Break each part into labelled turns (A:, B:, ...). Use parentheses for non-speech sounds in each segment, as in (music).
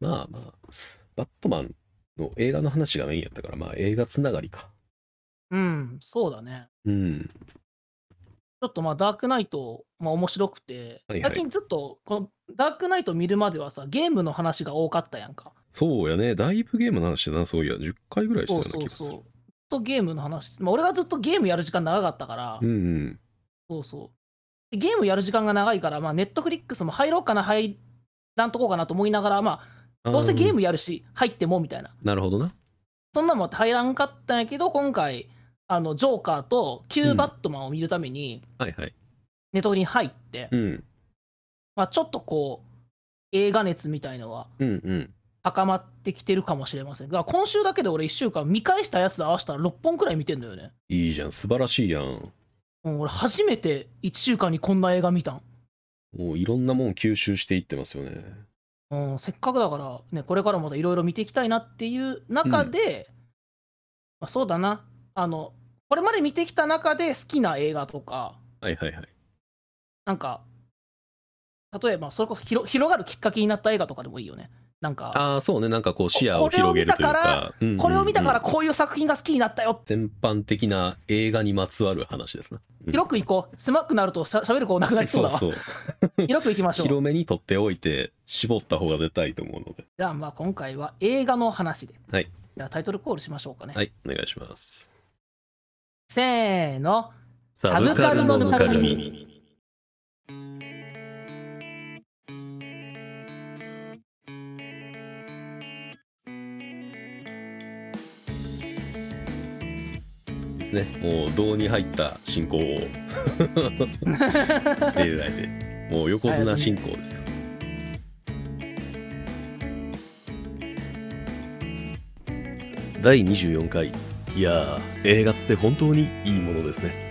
A: まあまあ、バットマンの映画の話がメインやったから、まあ映画つながりか。
B: うん、そうだね。
A: うん。
B: ちょっとまあ、ダークナイト、まあ面白くて、
A: はいはい
B: 最近ずっと、このダークナイト見るまではさ、ゲームの話が多かったやんか。
A: そうやね。だいぶゲームの話だな、そういや。10回ぐらいした
B: そ
A: ような
B: うそ
A: 気
B: う
A: がする。
B: そう。ずっとゲームの話、まあ、俺がずっとゲームやる時間長かったから、
A: うんうん。
B: そうそう。でゲームやる時間が長いから、まあ、ネットフリックスも入ろうかな、入らんとこうかなと思いながら、ま
A: あ
B: あ、
A: ー
B: どうせゲームやるし、入ってもみたいな。
A: なるほどな。
B: そんなのもあって入らんかったんやけど、今回、あの、ジョーカーと
A: う
B: 旧
A: ん
B: バットマンを見るために、
A: はいはい。
B: ネットフリに入って、
A: うん。
B: まあ、ちょっとこう、映画熱みたいのは
A: うんうん。
B: 高まってきてるかもしれません。だから今週だけで俺1週間見返したやつと合わせたら6本くらい見てんだよね。
A: いいじゃん。素晴らしいやん。
B: うん、俺初めて1週間にこんな映画見たん。
A: もういろんなもん吸収していってますよね。
B: うん、せっかくだから、ね、これからもまたいろいろ見ていきたいなっていう中で、まあ、そうだな、あの、これまで見てきた中で好きな映画とか、
A: はいはいはい。
B: なんか、例えば、それこそ広広がるきっかけになった映画とかでもいいよね。なんか、
A: ああ、そうね。なんかこう視野を広げるというか。うんうんうん
B: これを見たからこういう作品が好きになったよ。
A: 全般的な映画にまつわる話ですな。うん
B: 広くいこう。狭くなるとしゃべる子なくなり (laughs) そうだわ。
A: そうそう
B: 広くいきましょう。
A: 広めに取っておいて絞った方が絶対いいと思うので
B: じゃあ、まあ今回は映画の話で。
A: はい。
B: じゃあタイトルコールしましょうかね。
A: はいお願いします
B: せーの。
A: サ
B: ブカルのぬかる
A: みですねもう胴に入った進行を例題でもう横綱進行ですね第24回いやー映画って本当にいいものですね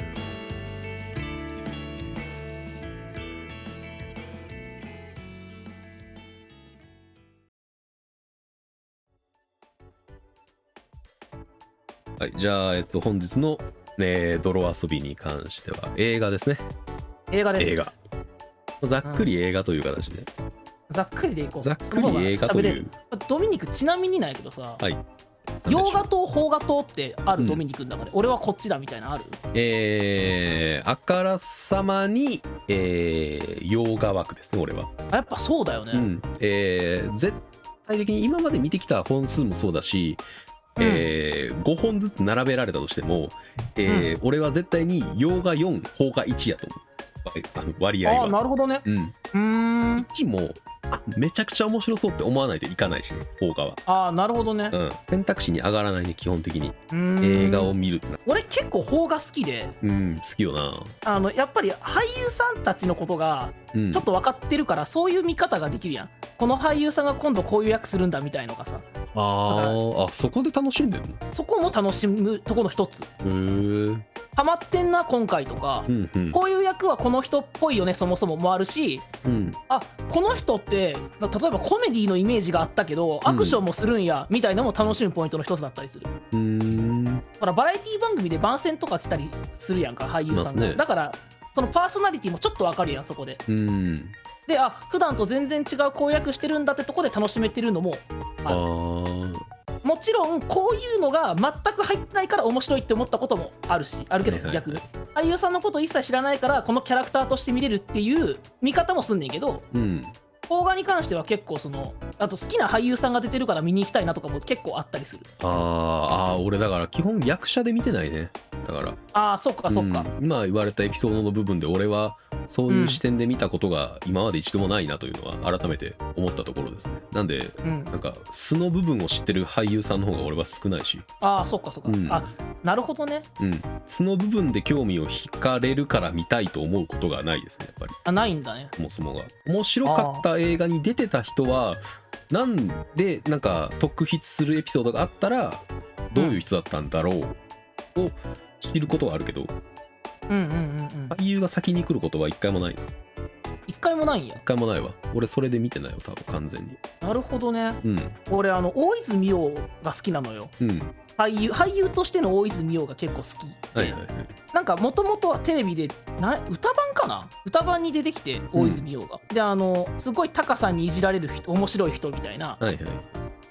A: はい、じゃあ、えっと、本日の、えー泥遊びに関しては映画ですね。
B: 映画です。
A: 映画。。ざっくり映画という形で。
B: ざっくりでいこう。
A: ざっくり映画と
B: その方が喋れ
A: い
B: る
A: う。
B: ドミニク、ちなみになんやけどさ、
A: はい
B: 洋画と邦画とってあ
A: う
B: る
A: ん
B: ドミニクの中で、俺はこっちだみたいなのある
A: えー、あからさまに、えー、洋画枠ですね、俺は。
B: あやっぱそうだよね。
A: うん。えー、絶対的に今まで見てきた本数もそうだし、えー、5本ずつ並べられたとしても、えー俺は絶対に洋画4、邦画1やと思う。あの割合
B: あ
A: は。
B: あ、なるほどね。
A: うん。
B: うーん。
A: 1もあめちゃくちゃ面白そうって思わないといかないしね邦画は、
B: ああ、なるほどね
A: う。ん、選択肢に上がらないね基本的に
B: うーん
A: 映画を見るってな
B: 俺結構邦画好きで、
A: うん好きよな
B: あの、やっぱり俳優さんたちのことが
A: うん
B: ちょっと分かってるから、そういう見方ができるやん。この俳優さんが今度こういう役するんだみたいのがさ、
A: あーあそこで楽しんでんのへ
B: そこも楽しむとこの一つ。
A: えうん
B: ハマってんな、今回とか。
A: うん
B: こういう役はこの人っぽいよねそもそももあるし
A: うん
B: あこの人ってな例えばコメディのイメージがあったけど
A: うん
B: アクションもするんや、みたいなのも楽しむポイントの一つだったりする
A: うーん
B: ほらバラエティ番組で番宣とか来たりするやんか俳優
A: いま
B: さ
A: す
B: んが、
A: ね
B: だからそのパーソナリティもちょっとわかるやんそこで
A: うん
B: であ普段と全然違う公約してるんだってとこで楽しめてるのも
A: あー
B: もちろんこういうのが全く入ってないから面白いって思ったこともあるしあるけど
A: はいはいはい
B: 逆に俳優さんのこと一切知らないからこのキャラクターとして見れるっていう見方もすんねんけど
A: うん
B: 邦画に関しては結構そのあと好きな俳優さんが出てるから見に行きたいなとかも結構あったりする
A: あーあー俺だから基本役者で見てないねだから
B: ああそっかそっか、
A: うん今言われたエピソードの部分で俺はそういう視点で見たことが今まで一度もないなというのは改めて思ったところですねなんで
B: うん
A: なんか素の部分を知ってる俳優さんの方が俺は少ないし、
B: ああそっかそっか、
A: うん
B: あなるほどね
A: うん、素の部分で興味を惹かれるから見たいと思うことがないですねやっぱり
B: あないんだね
A: そもそもが面白かった映画に出てた人はなんでなんか特筆するエピソードがあったらどういう人だったんだろうを知ることはあるけど
B: うんうんうんうん
A: 俳優が先に来ることは一回もない
B: 一回もないんや
A: 一。回もないわ俺それで見てないわ多分完全に
B: なるほどね。
A: うん
B: 俺、あの、大泉洋が好きなのよ。
A: うん
B: 俳優、俳優としての大泉洋が結構好きで。
A: はいはいはい
B: なんかもともとはテレビでな歌版かな歌版に出てきて大泉洋が、であのすごいタカさんにいじられる人面白い人みたいな
A: はいはい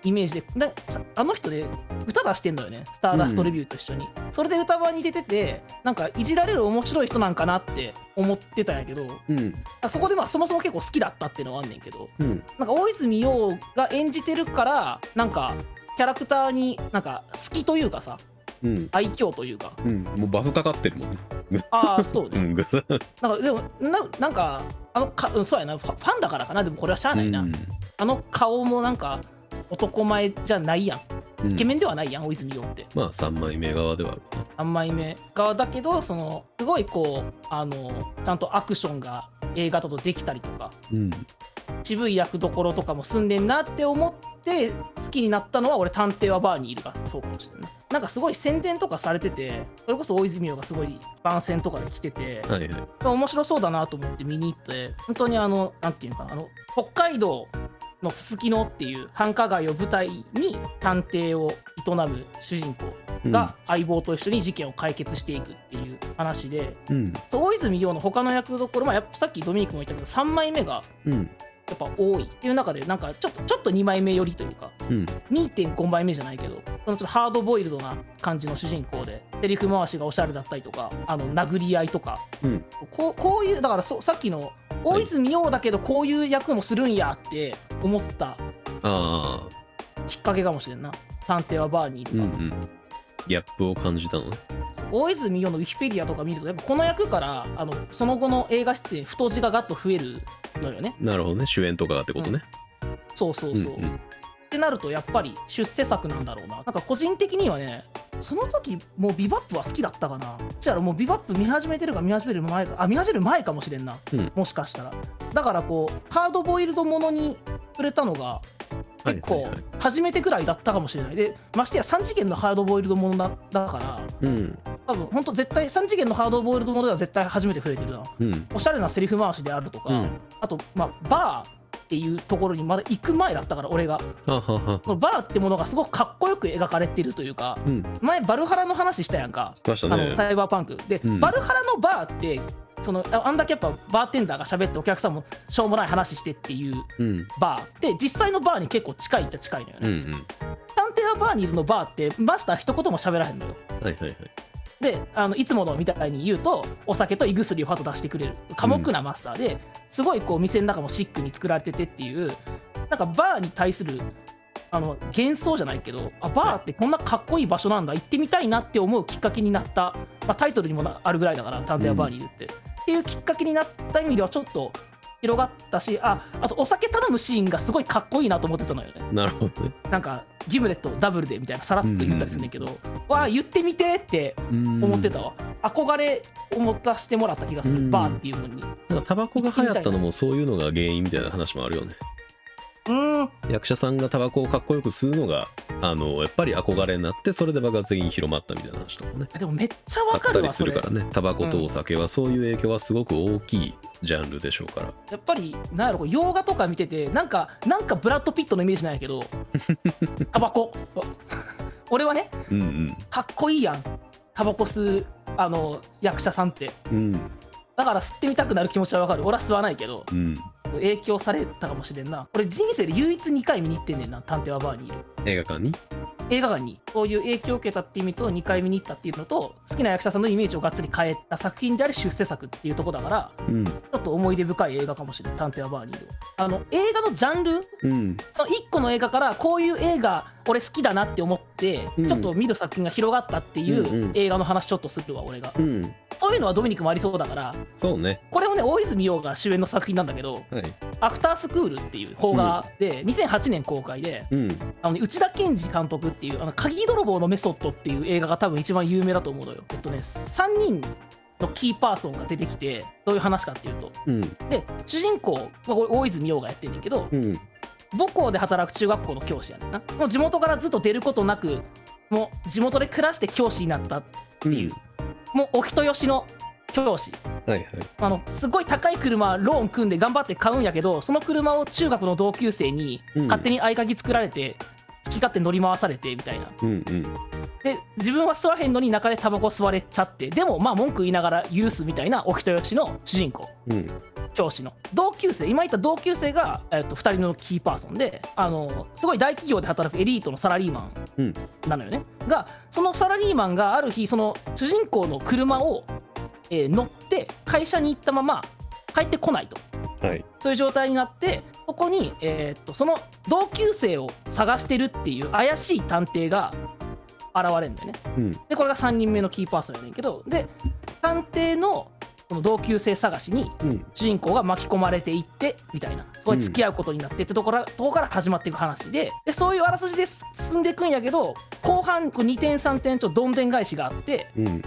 B: イメージででさあの人で歌出してんだよね「スターダストレビュー」と一緒に、それで歌版に出ててなんかいじられる面白い人なんかなって思ってたんやけど
A: うん
B: あそこでまあそもそも結構好きだったっていうのはあんねんけど
A: うん
B: なんか大泉洋が演じてるからなんかキャラクターになんか好きというかさ
A: うん
B: 愛嬌というか
A: うんもうバフかかってるもん
B: ああそう
A: (laughs) う
B: ね
A: んぐさ
B: なんかでもななんかあのかうんそうやなファファンだからかなでもこれはしゃあないな、
A: うん
B: あの顔もなんか男前じゃないやん
A: うん
B: イケメンではないやん大泉洋って
A: まあ3枚目側ではあるかな
B: 3枚目側だけどそのすごいこうあのちゃんとアクションが映画だとできたりとか
A: うん
B: 渋い役どころとかも住んでんなって思って好きになったのは俺「探偵はバーにいる」がそうかもしれないなんかすごい宣伝とかされててそれこそ大泉洋がすごい番宣とかで来てて
A: はいはい
B: 面白そうだなと思って見に行って本当にあのなんていうのかなあの北海道のすすきのっていう繁華街を舞台に探偵を営む主人公
A: うん
B: が相棒と一緒に事件を解決していくっていう話で、
A: うん
B: そう大泉洋の他の役どころ、まあ、やっぱさっきドミニクも言ったけど3枚目が
A: うん
B: やっぱ多いっていう中でなんかちょっとちょっと2枚目寄りというか
A: うん
B: 2.5枚目じゃないけどそのちょっとハードボイルドな感じの主人公でセリフ回しがおしゃれだったりとかあの殴り合いとか
A: うん
B: こうこういうだからそうさっきの大泉洋だけどこういう役もするんやって思った
A: ああ
B: きっかけかもしれんな探偵はバーにいる
A: うん
B: か、
A: うんギャップを感じたのね
B: そう大泉洋のウィキペディアとか見るとやっぱこの役からあのその後の映画出演太字がガッと増えるのよね
A: なるほどね主演とかがってことね
B: そうそうそう、
A: うんうん
B: ってなるとやっぱり出世作なんだろうななんか個人的にはねその時もうビバップは好きだったかなじゃあもうビバップ見始めてるか見始める前かあ見始める前かもしれんな、
A: うん
B: もしかしたらだからこうハードボイルドものに触れたのが結
A: はい
B: 構
A: はいはい
B: 初めてくらいだったかもしれないでましてや3次元のハードボイルドものだだから
A: うん
B: 多分本当絶対3次元のハードボイルドものでは絶対初めて触れてるな
A: うん
B: おしゃれなセリフ回しであるとか、
A: うん
B: あと、まあ、バーっていうところにまだ行く前だったから俺が
A: ははは
B: このバーってものがすごくかっこよく描かれてるというか
A: うん
B: 前バルハラの話したやんか、
A: ました
B: あの
A: ね
B: サイバーパンクで、
A: うん
B: バルハラのバーってそのああんだけやっぱバーテンダーが喋ってお客さんもしょうもない話してっていう
A: うん
B: バーで実際のバーに結構近いっちゃ近いのよ
A: う
B: ね、
A: んうん
B: 探偵はバーにいるのバーってマスター一言も喋らへんのよ
A: はいはいはい
B: であのいつものみたいに言うとお酒と胃薬をファと出してくれる寡黙なマスターで、すごいこう店の中もシックに作られててっていうなんかバーに対するあの幻想じゃないけどあバーってこんなかっこいい場所なんだ行ってみたいなって思うきっかけになった、まあ、タイトルにもなあるぐらいだから「探偵はバーにいる」って、っていうきっかけになった意味ではちょっと広がったしああとお酒頼むシーンがすごいかっこいいなと思ってたのよね。
A: なるほどね
B: なんかギブレットをダブルでみたいなさらっと言ったりするんだけど、わあ言ってみてって思ってたわ、憧れを持たせてもらった気がする、
A: うん
B: バーっていうのに
A: なんかタバコが流行ったのもそういうのが原因みたいな話もあるよね
B: うん
A: 役者さんがタバコをかっこよく吸うのがあのやっぱり憧れになってそれで爆発的に広まったみたいな話とかね
B: でもめっちゃ
A: あ
B: わ
A: っ
B: か
A: た
B: る
A: り
B: わ
A: す
B: そ
A: る
B: れ
A: からねタバコとお酒はそういう影響はすごく大きいジャンルでしょうから
B: やっぱりなんやろこう洋画とか見ててなんかなんかブラッド・ピットのイメージなんや
A: (laughs)
B: けどタバコ俺はね
A: うんうん
B: かっこいいやんタバコ吸うあの役者さんって
A: うん
B: だから吸ってみたくなる気持ちはわかる俺は吸わないけど
A: うん
B: 影響されたかもしれんな俺人生で唯一2回見に行ってんねんな探偵はバーにいる
A: 映画館に
B: 映画館にそういう影響を受けたっていう意味と2回見に行ったっていうのと好きな役者さんのイメージをがっつり変えた作品であり出世作っていうところだから
A: うん
B: ちょっと思い出深い映画かもしれない探偵はバーニードあの映画のジャンル
A: うん
B: その1個の映画からこういう映画俺好きだなって思って、
A: うん
B: ちょっと見る作品が広がったってい
A: うんうん
B: う映画の話ちょっとするわ俺が
A: うん
B: そういうのはドミニクもありそうだから
A: そうね
B: これもね大泉洋が主演の作品なんだけど
A: はい
B: 「アフタースクール」っていう邦画で2008年公開で
A: うん
B: あのね内田健二監督っていう「あの鍵泥棒のメソッド」っていう映画が多分一番有名だと思うのよ。えっとね3人のキーパーソンが出てきてどういう話かっていうと
A: うん
B: で主人公、まあ、これ大泉洋がやってんねんけど
A: うん
B: 母校で働く中学校の教師やねんなもう地元からずっと出ることなくもう地元で暮らして教師になった
A: うん
B: もうお人よしの教師
A: はいはい
B: あのすごい高い車ローン組んで頑張って買うんやけどその車を中学の同級生に
A: うん
B: 勝手に合鍵作られて、好き勝手乗り回されてみたいな
A: うんうん
B: で自分は吸わへんのに中でタバコ吸われちゃってでもまあ文句言いながらユースみたいなお人よしの主人公
A: うん
B: 教師の同級生今言った同級生が、えっと2人のキーパーソンであのすごい大企業で働くエリートのサラリーマ
A: うん
B: ンなのよね、がそのサラリーマンがある日その主人公の車を、えー乗って会社に行ったまま帰ってこないと
A: はい
B: そういう状態になってそこに、えーっとその同級生を探してるっていう怪しい探偵が現れるんだよね
A: うん
B: でこれが3人目のキーパーソンやねんけどで探偵のその同級生探しに
A: うん
B: 主人公が巻き込まれていってみたいなそこに付き合うことになってってところ,、とこから始まっていく話ででそういうあらすじで進んでいくんやけど後半こう2点3点とどんでん返しがあって
A: うん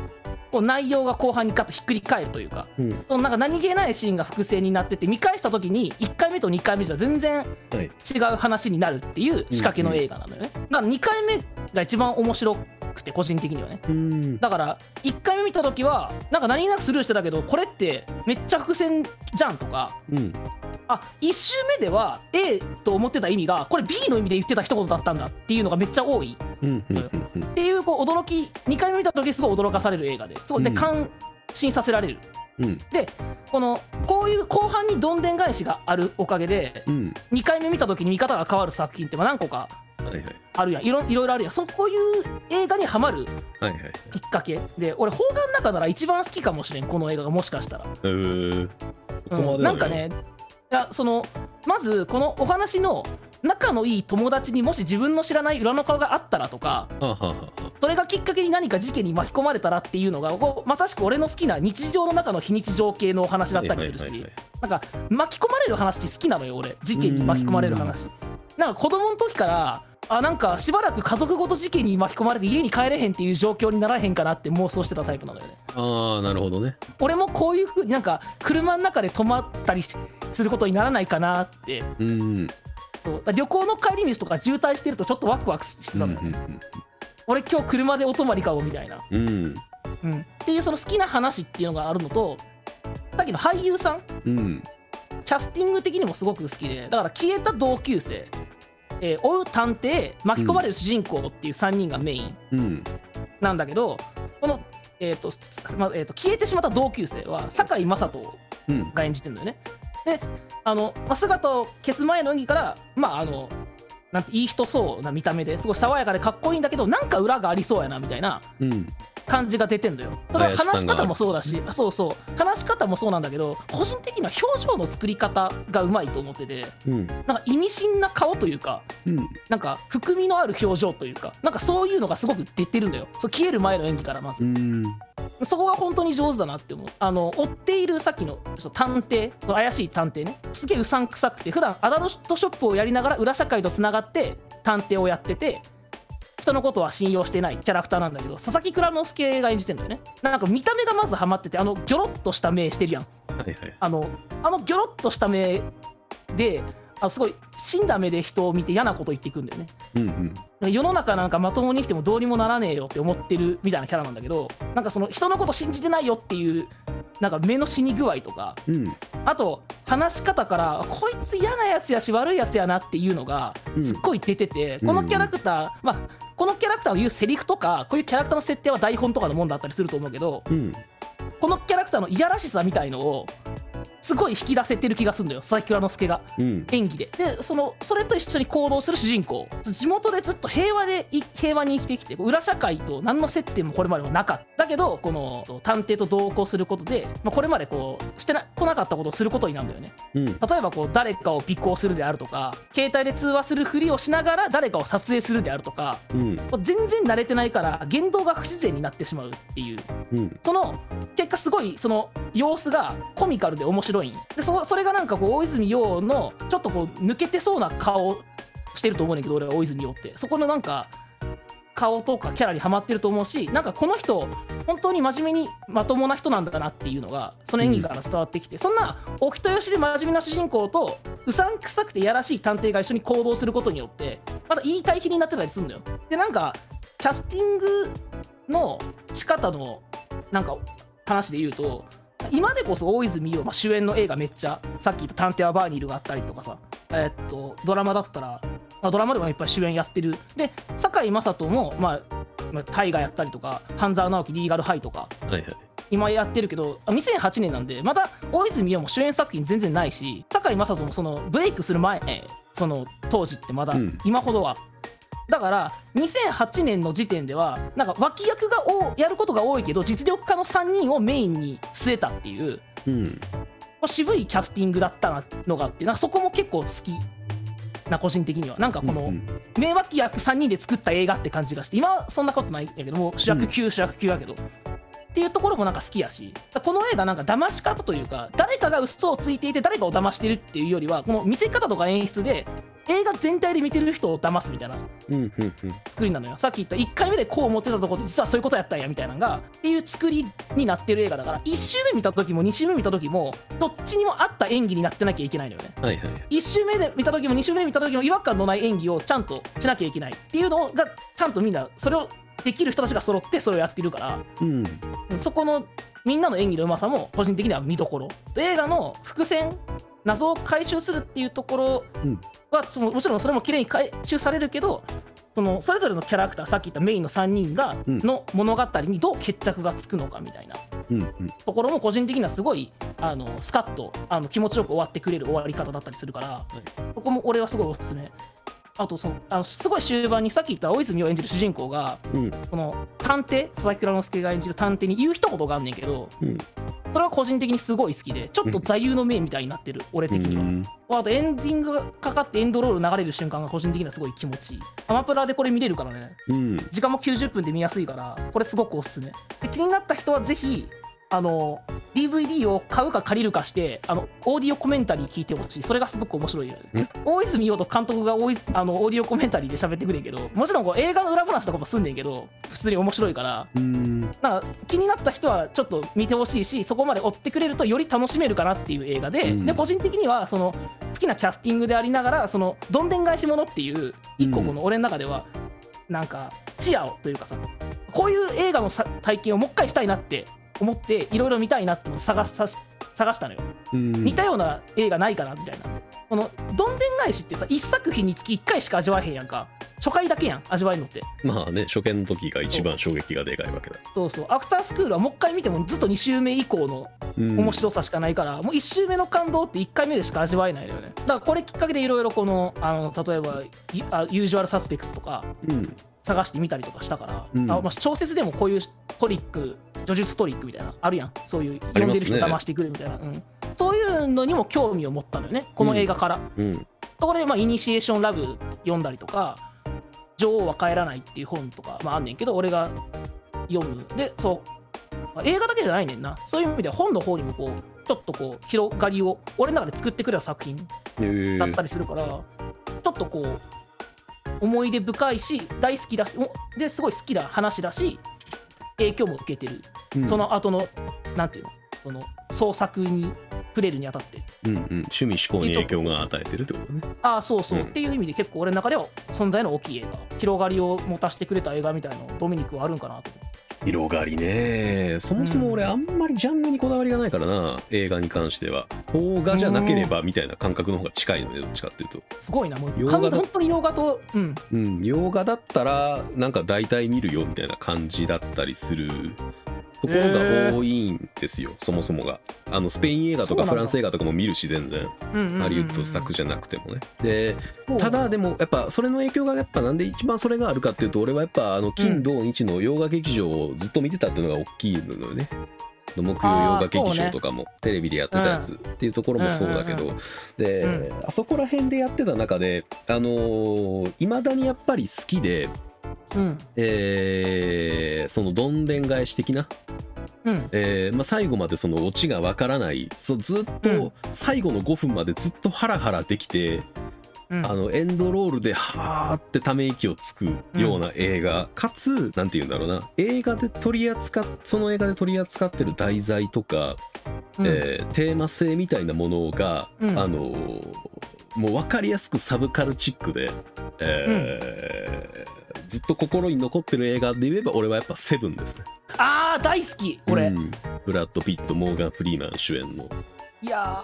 B: こう内容が後半にガッとひっくり返るというか
A: うん
B: そのなんか何気ないシーンが複製になってて見返した時に1回目と2回目じゃ全然
A: はい
B: 違う話になるっていう仕掛けの映画なのよね。だから2回目が一番面白くて個人的にはね。
A: うん
B: だから1回目見た時はなんか何気なくスルーしてたけどこれってめっちゃ伏線じゃんとか
A: うん
B: あ1周目では A と思ってた意味がこれ B の意味で言ってた一言だったんだっていうのがめっちゃ多い
A: うんうんうん
B: っていうこう驚き2回目見た時すごい驚かされる映画ですごいで
A: うん
B: 感心させられる
A: うん
B: このこういう後半にどんでん返しがあるおかげで
A: うん
B: 2回目見た時に見方が変わる作品ってまあ何個か
A: はいはい
B: あるやんいろいろいろあるやんそうこういう映画にはまる
A: はいはい
B: きっかけで俺邦画の中なら一番好きかもしれんこの映画がもしかしたら。
A: えーそこまでだよ
B: うん、なんかねいやそのまずこのお話の仲のいい友達にもし自分の知らない裏の顔があったらとか
A: はあはあはあはあ
B: それがきっかけに何か事件に巻き込まれたらっていうのがこうまさしく俺の好きな日常の中の非日常系のお話だったりするし、
A: はいはいはいはい
B: なんか巻き込まれる話好きなのよ俺事件に巻き込まれる話なんか子供の時からあなんかしばらく家族ごと事件に巻き込まれて家に帰れへんっていう状況にならへんかなって妄想してたタイプなのよね
A: ああなるほどね
B: 俺もこういうふうになんか車の中で泊まったりしすることにならないかなって
A: うん
B: そうだから旅行の帰り道とか渋滞してるとちょっとワクワクしてた
A: うんう
B: の
A: ん
B: よ、俺今日車でお泊まりかもみたいな、
A: うんうん
B: うん、っていうその好きな話っていうのがあるのとさっきの俳優さん
A: うん
B: キャスティング的にもすごく好きでだから消えた同級生、えー追う探偵巻き込まれる主人公っていう3人がメイン
A: うん
B: なんだけど、この、えーとつまえー、と消えてしまった同級生は堺雅人
A: うん
B: が演じてるのよね。であの、まあ、姿を消す前の演技からまああのなんていい人そうな見た目ですごい爽やかでかっこいいんだけどなんか裏がありそうやなみたいな
A: うん
B: 感じが出てんだよ。それは
A: 林さ
B: 話
A: ん
B: し
A: が
B: 方もそうだしそうそう話し方もそうなんだけど個人的には表情の作り方がうまいと思ってて
A: うん
B: なんか意味深な顔というか
A: うん
B: なんか含みのある表情というかなんかそういうのがすごく出てるんだよそう消える前の演技からまず
A: うん
B: そこが本当に上手だなって思うあの追っているさっきのちょっと探偵その怪しい探偵ねすげえうさんくさくて普段アダルトショップをやりながら裏社会とつながって探偵をやってて人のことは信用してないキャラクターなんだけど佐々木蔵之介が演じてんだよねなんか見た目がまずハマっててあのギョロッとした目してるやん
A: はいはい
B: あのあのギョロッとした目であのすごい死んだ目で人を見て嫌なこと言っていくんだよね
A: うんうん
B: 世の中なんかまともに生きてもどうにもならねえよって思ってるみたいなキャラなんだけどなんかその人のこと信じてないよっていうなんか目の死に具合とか
A: うん
B: あと話し方からこいつ嫌なやつやし悪いやつやなっていうのが
A: うん
B: すっごい出てて、
A: うん
B: このキャラクター、まあ、このキャラクターの言うセリフとかこういうキャラクターの設定は台本とかのもんだったりすると思うけど
A: うん
B: このキャラクターのいやらしさみたいのをすごい引き出せてる気がするんだよ佐々木蔵之介が。
A: うん
B: 演技ででそのそれと一緒に行動する主人公地元でずっと平和でい平和に生きてきて裏社会と何の接点もこれまではなかっただけどこの探偵と同行することで、まあ、これまでこうしてな来なかったことをすることになるんだよね
A: うん
B: 例えばこう誰かを尾行するであるとか携帯で通話するふりをしながら誰かを撮影するであるとか
A: うん
B: こう全然慣れてないから言動が不自然になってしまうっていう
A: うん
B: その結果すごいその様子がコミカルで面白いんでそそれがなんかこう大泉洋のちょっとこう抜けてそうな顔してると思うねんだけど俺は大泉洋ってそこのなんか顔とかキャラにはまってると思うしなんかこの人本当に真面目にまともな人なんだなっていうのがその演技から伝わってきて、そんなお人よしで真面目な主人公とうさんくさくてやらしい探偵が一緒に行動することによってまたいい対比になってたりするんだよでなんかキャスティングの仕方のなんか話で言うと今でこそ大泉洋、まあ、主演の映画めっちゃさっき言った「探偵はバーニール」があったりとかさ、えーっとドラマだったら、まあ、ドラマでもいっぱい主演やってるで堺雅人も、まあまあ、大河やったりとか半沢直樹リーガルハイとか
A: はいはい
B: 今やってるけどあ2008年なんでまだ大泉洋も主演作品全然ないし堺雅人もそのブレイクする前その当時ってまだ
A: うん
B: 今ほどは、だから2008年の時点ではなんか脇役がおやることが多いけど実力家の3人をメインに据えたっていう
A: うん
B: まあ渋いキャスティングだったなのがあってなんかそこも結構好きな個人的にはなんかこ
A: う
B: の
A: ん
B: 名脇役3人で作った映画って感じがして今はそんなことないんやけどもう主役級主役級やけど、っていうところもなんか好きやしこの映画なんか騙し方というか誰かが嘘をついていて誰かを騙してるっていうよりはこの見せ方とか演出で映画全体で見てる人を騙すみたいな
A: うんうんうん
B: 作りなのよさっき言った1回目でこう思ってたところ実はそういうことやったんやみたいなのがっていう作りになってる映画だから1周目見た時も2周目見た時もどっちにも合った演技になってなきゃいけないのよね
A: はいはい
B: 1周目で見た時も2周目で見た時も違和感のない演技をちゃんとしなきゃいけないっていうのがちゃんとみんなそれをできる人たちが揃ってそれをやってるから
A: うん
B: うんそこのみんなの演技のうまさも個人的には見どころ映画の伏線謎を回収するっていうところ
A: うん
B: はそのもちろんそれも綺麗に回収されるけどそのそれぞれのキャラクターさっき言ったメインの3人が
A: うん
B: の物語にどう決着がつくのかみたいな
A: うんうん
B: ところも個人的にはすごいあのスカッとあの気持ちよく終わってくれる終わり方だったりするから、そこも俺はすごいおすすめあとそのあのすごい終盤にさっき言った大泉を演じる主人公が
A: うん
B: この探偵佐々木蔵之介が演じる探偵に言う一言があんねんけど
A: うん
B: それは個人的にすごい好きでちょっと座右の銘みたいになってる俺的には。あとエンディングがかかってエンドロール流れる瞬間が個人的にはすごい気持ちいいアマプラでこれ見れるからね
A: うん
B: 時間も90分で見やすいからこれすごくおすすめで気になった人はぜひあの DVD を買うか借りるかしてあのオーディオコメンタリー聞いてほしいそれがすごく面白いよね大泉洋と監督がおいあのオーディオコメンタリーで喋ってくれんけどもちろんこう映画の裏話とかもすんねんけど普通に面白いから
A: うん
B: なんか気になった人はちょっと見てほしいしそこまで追ってくれるとより楽しめるかなっていう映画で,、
A: うん
B: で個人的にはその好きなキャスティングでありながらそのどんでん返しものっていう一個この俺の中ではなんか視野をというかさこういう映画のさ体験をもう一回したいなって思っていろいろ見たいなってのを探さし探したのよ、
A: うん
B: 似たような映画ないかなみたいなこのどんでん返しってさ一作品につき1回しか味わえへんやんか初回だけやん味わえるのって
A: まあね初見の時が一番衝撃がでかいわけだ
B: そうそうアフタースクールはもう一回見てもずっと2周目以降の面白さしかないから、もう1周目の感動って1回目でしか味わえないよねだからこれきっかけでいろいろこのあの例えばユあユージュアルサスペクスとか
A: うん
B: 探してみたりとかしたから、
A: うん
B: あまあ、小説でもこういうトリック叙述トリックみたいなあるやんそういう
A: あり
B: 読ん
A: ま
B: でする
A: ね
B: 人騙してくるみたいな、うんそういうのにも興味を持ったのよねこの映画から、
A: うん
B: そこで、まあ、イニシエーションラブ読んだりとか、女王は帰らないっていう本とか、まあ、あんねんけど、俺が読む。で、そう、まあ映画だけじゃないねんな。そういう意味では本の方にもこう、ちょっとこう、広がりを、俺の中で作ってくれた作品
A: え
B: だっ
A: ー
B: たりするから、ちょっとこう、思い出深いし、大好きだし、おですごい好きな話だし、影響も受けてる。
A: うん
B: その後の、なんていうの、その創作に触れるにあたって。
A: うんうん趣味思考に影響が与えてるってことね
B: ああそうそう、
A: うん
B: っていう意味で結構俺の中では存在の大きい映画広がりを持たせてくれた映画みたいなのドミニクはあるんかなと思う
A: 色がりねそもそも俺あんまりジャンルにこだわりがないからな映画に関しては邦画じゃなければみたいな感覚の方が近いのでどっちかっていうと
B: すごいなもう
A: 洋画だ
B: 完全本当に洋画とうん
A: うん洋画だったらなんか大体見るよみたいな感じだったりするところが多いんですよ、そもそもがあのスペイン映画と
B: そうな
A: か
B: んだ
A: フランス映画とかも見るし全然
B: うんうんうんうん
A: ハリウッド作じゃなくてもねで
B: そう
A: ただでもやっぱそれの影響がやっぱなんで一番それがあるかっていうと俺はやっぱあの金土日の洋画劇場をずっと見てたっていうのが大きいのよね。木曜洋画劇場とかもテレビでやってたやつっていうところもそうだけ
B: うん
A: どで
B: う
A: あそこら辺でやってた中であのいまだにやっぱり好きで
B: うん
A: えーそのどんでん返し的な
B: うん
A: えーまあ、最後までそのオチがわからないそうずっと最後の5分までずっとハラハラできて、
B: うん
A: あのエンドロールではーってため息をつくような映画、かつなんて言うんだろうな映画で取り扱っその映画で取り扱ってる題材とか、
B: うん
A: えーテーマ性みたいなものが、
B: うん
A: あのーもう分かりやすくサブカルチックで、えーずっと心に残ってる映画で言えば俺はやっぱ「セブンですね。
B: あー大好き俺、
A: うんブラッド・ピットモーガン・フリーマン主演の
B: いや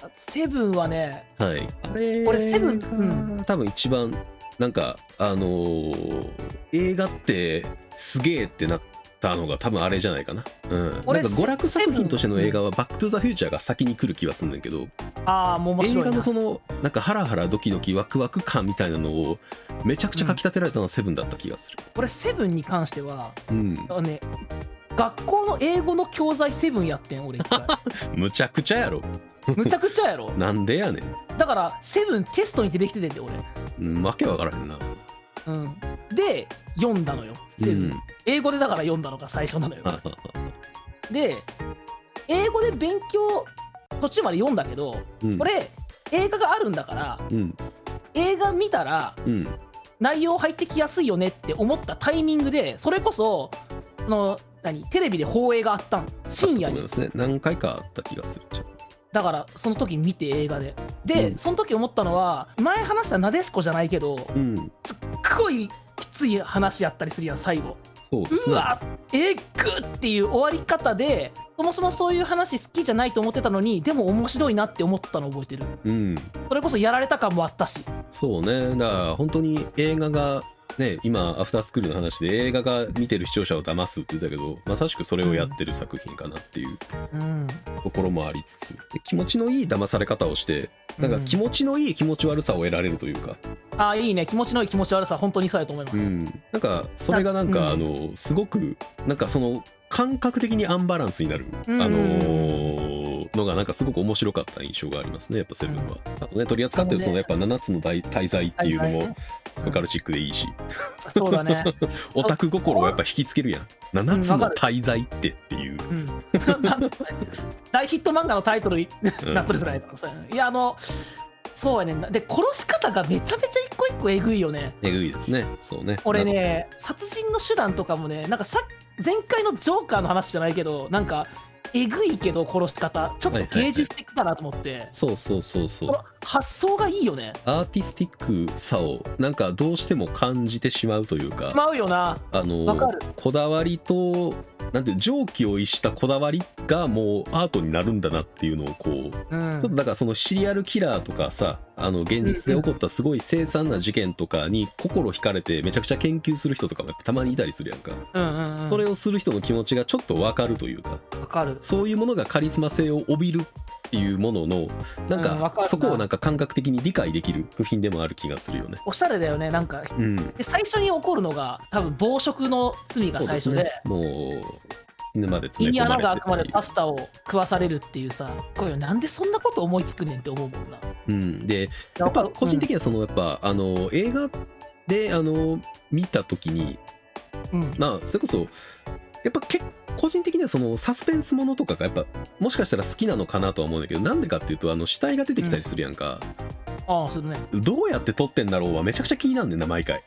B: ーセブンはね
A: はいあれ
B: 俺セブン
A: が
B: うん
A: 多分一番なんかあのー映画ってすげえってなったのが多分あれじゃないかなうんなんか
B: 俺
A: 娯楽
B: セ
A: 作品としての映画は「バック・トゥ・ザ・フューチャー」が先に来る気はするんだけど
B: ああもう面
A: 映
B: 白い
A: 画
B: な
A: のそのなんかハラハラドキドキワクワク感みたいなのをめちゃくちゃかきたてられたのはセブンだった気がする
B: 俺セブンに関しては
A: うん
B: あのね学校の英語の教材セブンやってん俺一
A: (laughs)
B: 回
A: むちゃくちゃやろ
B: むちゃくちゃやろ
A: なんでやね
B: だからセブンテストに出てきててんで俺、
A: んわけわからへんな
B: うん、で読んだのよセブン、
A: うん
B: 英語でだから読んだのが最初なのよ
A: ははは
B: で英語で勉強途中まで読んだけど
A: うん
B: これ映画があるんだから
A: うん
B: 映画見たら
A: うん
B: 内容入ってきやすいよねって思ったタイミングでそれこそその何テレビで放映があったん深夜
A: あったと思い
B: に
A: ますね何回かあった気がする
B: だからその時見て映画でで、
A: うん
B: その時思ったのは前話したなでしこじゃないけど
A: うん
B: すっごいきつい話やったりするやん最後
A: そうです
B: う
A: ね
B: わえぐっていう終わり方でそもそもそういう話好きじゃないと思ってたのにでも面白いなって思ったの覚えてる
A: うん
B: それこそやられた感もあったし
A: そうねだから本当に映画がね今アフタースクールの話で映画が見てる視聴者を騙すって言ったけどまさしくそれをやってる作品かなっていう
B: うん
A: ところもありつつで気持ちのいい騙され方をしてなんか気
B: 持
A: 持ちのいい気持ち悪さを得られるというか、
B: あいいね気持ちのいい気持ち悪さ本当にそうやと思います、
A: なんかそれがなんか、
B: う
A: あのすごくなんかその感覚的にアンバランスになる、
B: うん
A: あのーのがなんかすごく面白かった印象がありますねやっぱセブンは、あとね取り扱ってるそのやっぱ7つの大滞在っていうの
B: はいは
A: も
B: うん
A: ボカルチックでいいし、
B: そうだね
A: オタク心をやっぱ引きつけるやん7つの滞在ってっていう、
B: うん (laughs) 大ヒット漫画のタイトルに
A: うん
B: なっとるぐらいだからさいやあのそうやねんなで殺し方がめちゃめちゃ一個一個えぐいよね
A: えぐいですねそうね
B: 俺ね殺人の手段とかもねなんかさ前回のジョーカーの話じゃないけどなんかえぐいけど殺し方ちょっ
A: はい
B: と
A: はいはい
B: 芸術的だなと思って、
A: そうそうそうそう
B: この発想がいいよね
A: アーティスティックさをなんかどうしても感じてしまうというか、
B: まうよな
A: あの
B: わかる
A: こだわりとなんていう常軌を逸したこだわりがもうアートになるんだなっていうのをこう、ち
B: う
A: ょっと
B: ん
A: だからそのシリアルキラーとかさあの現実で起こったすごい凄惨な事件とかに心惹かれてめちゃくちゃ研究する人とかもやっぱたまにいたりするやんか、
B: うんうんうん
A: それをする人の気持ちがちょっとわかるというか
B: わかる
A: そういうものがカリスマ性を帯びるっていうもののなん
B: うん
A: か
B: わかるな
A: そこをなんか感覚的に理解できる部品でもある気がするよね。
B: おしゃれだよねなんか
A: うん
B: で最初に起こるのが多分暴食の罪が最初で
A: そうですね、もう沼で
B: 胃
A: 詰
B: に
A: め込ま
B: 穴
A: れ
B: が開くまで
A: て
B: パスタを食わされるっていうさこれなんでそんなこと思いつくねんって思うもんな
A: うん、でやっぱ個人的にはそのやっぱ、あの映画であの見た時に
B: うん、うん
A: まあそれこそやっぱけ個人的にはそのサスペンスものとかがやっぱもしかしたら好きなのかなとは思うんだけどなんでかっていうとあの死体が出てきたりするやんか、
B: ああするね
A: どうやって撮ってんだろうはめちゃくちゃ気になるんだよな毎回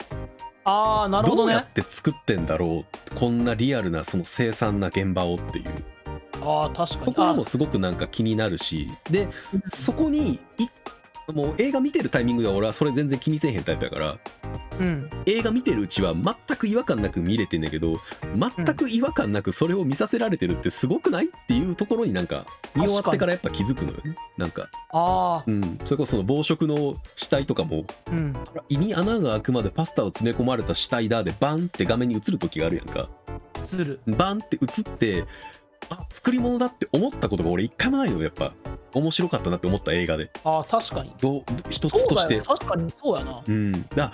B: ああなるほ
A: ど
B: ど
A: う
B: ね
A: やって作ってんだろうこんなリアルなその凄惨な現場をっていう
B: ああ確
A: と
B: かに
A: ころ
B: あ
A: もすごくなんか気になるしでそこにいもう映画見てるタイミングでは俺はそれ全然気にせえへんタイプやから
B: うん
A: 映画見てるうちは全く違和感なく見れてんだけど全く違和感なくそれを見させられてるってすごくないっていうところになんか見終わってからやっぱ気づくのよねなんか、
B: ああ
A: うん、それこそその暴食の死体とかも
B: うん
A: 胃に穴が開くまでパスタを詰め込まれた死体だでバンって画面に映る時があるやんか
B: する
A: バンって映ってあ作り物だって思ったことが俺一回もないのやっぱ面白かったなって思った映画で
B: ああ確かに
A: どう一つ
B: そ
A: と
B: う
A: し
B: だ
A: て
B: よ確かにそうやな
A: うん、だ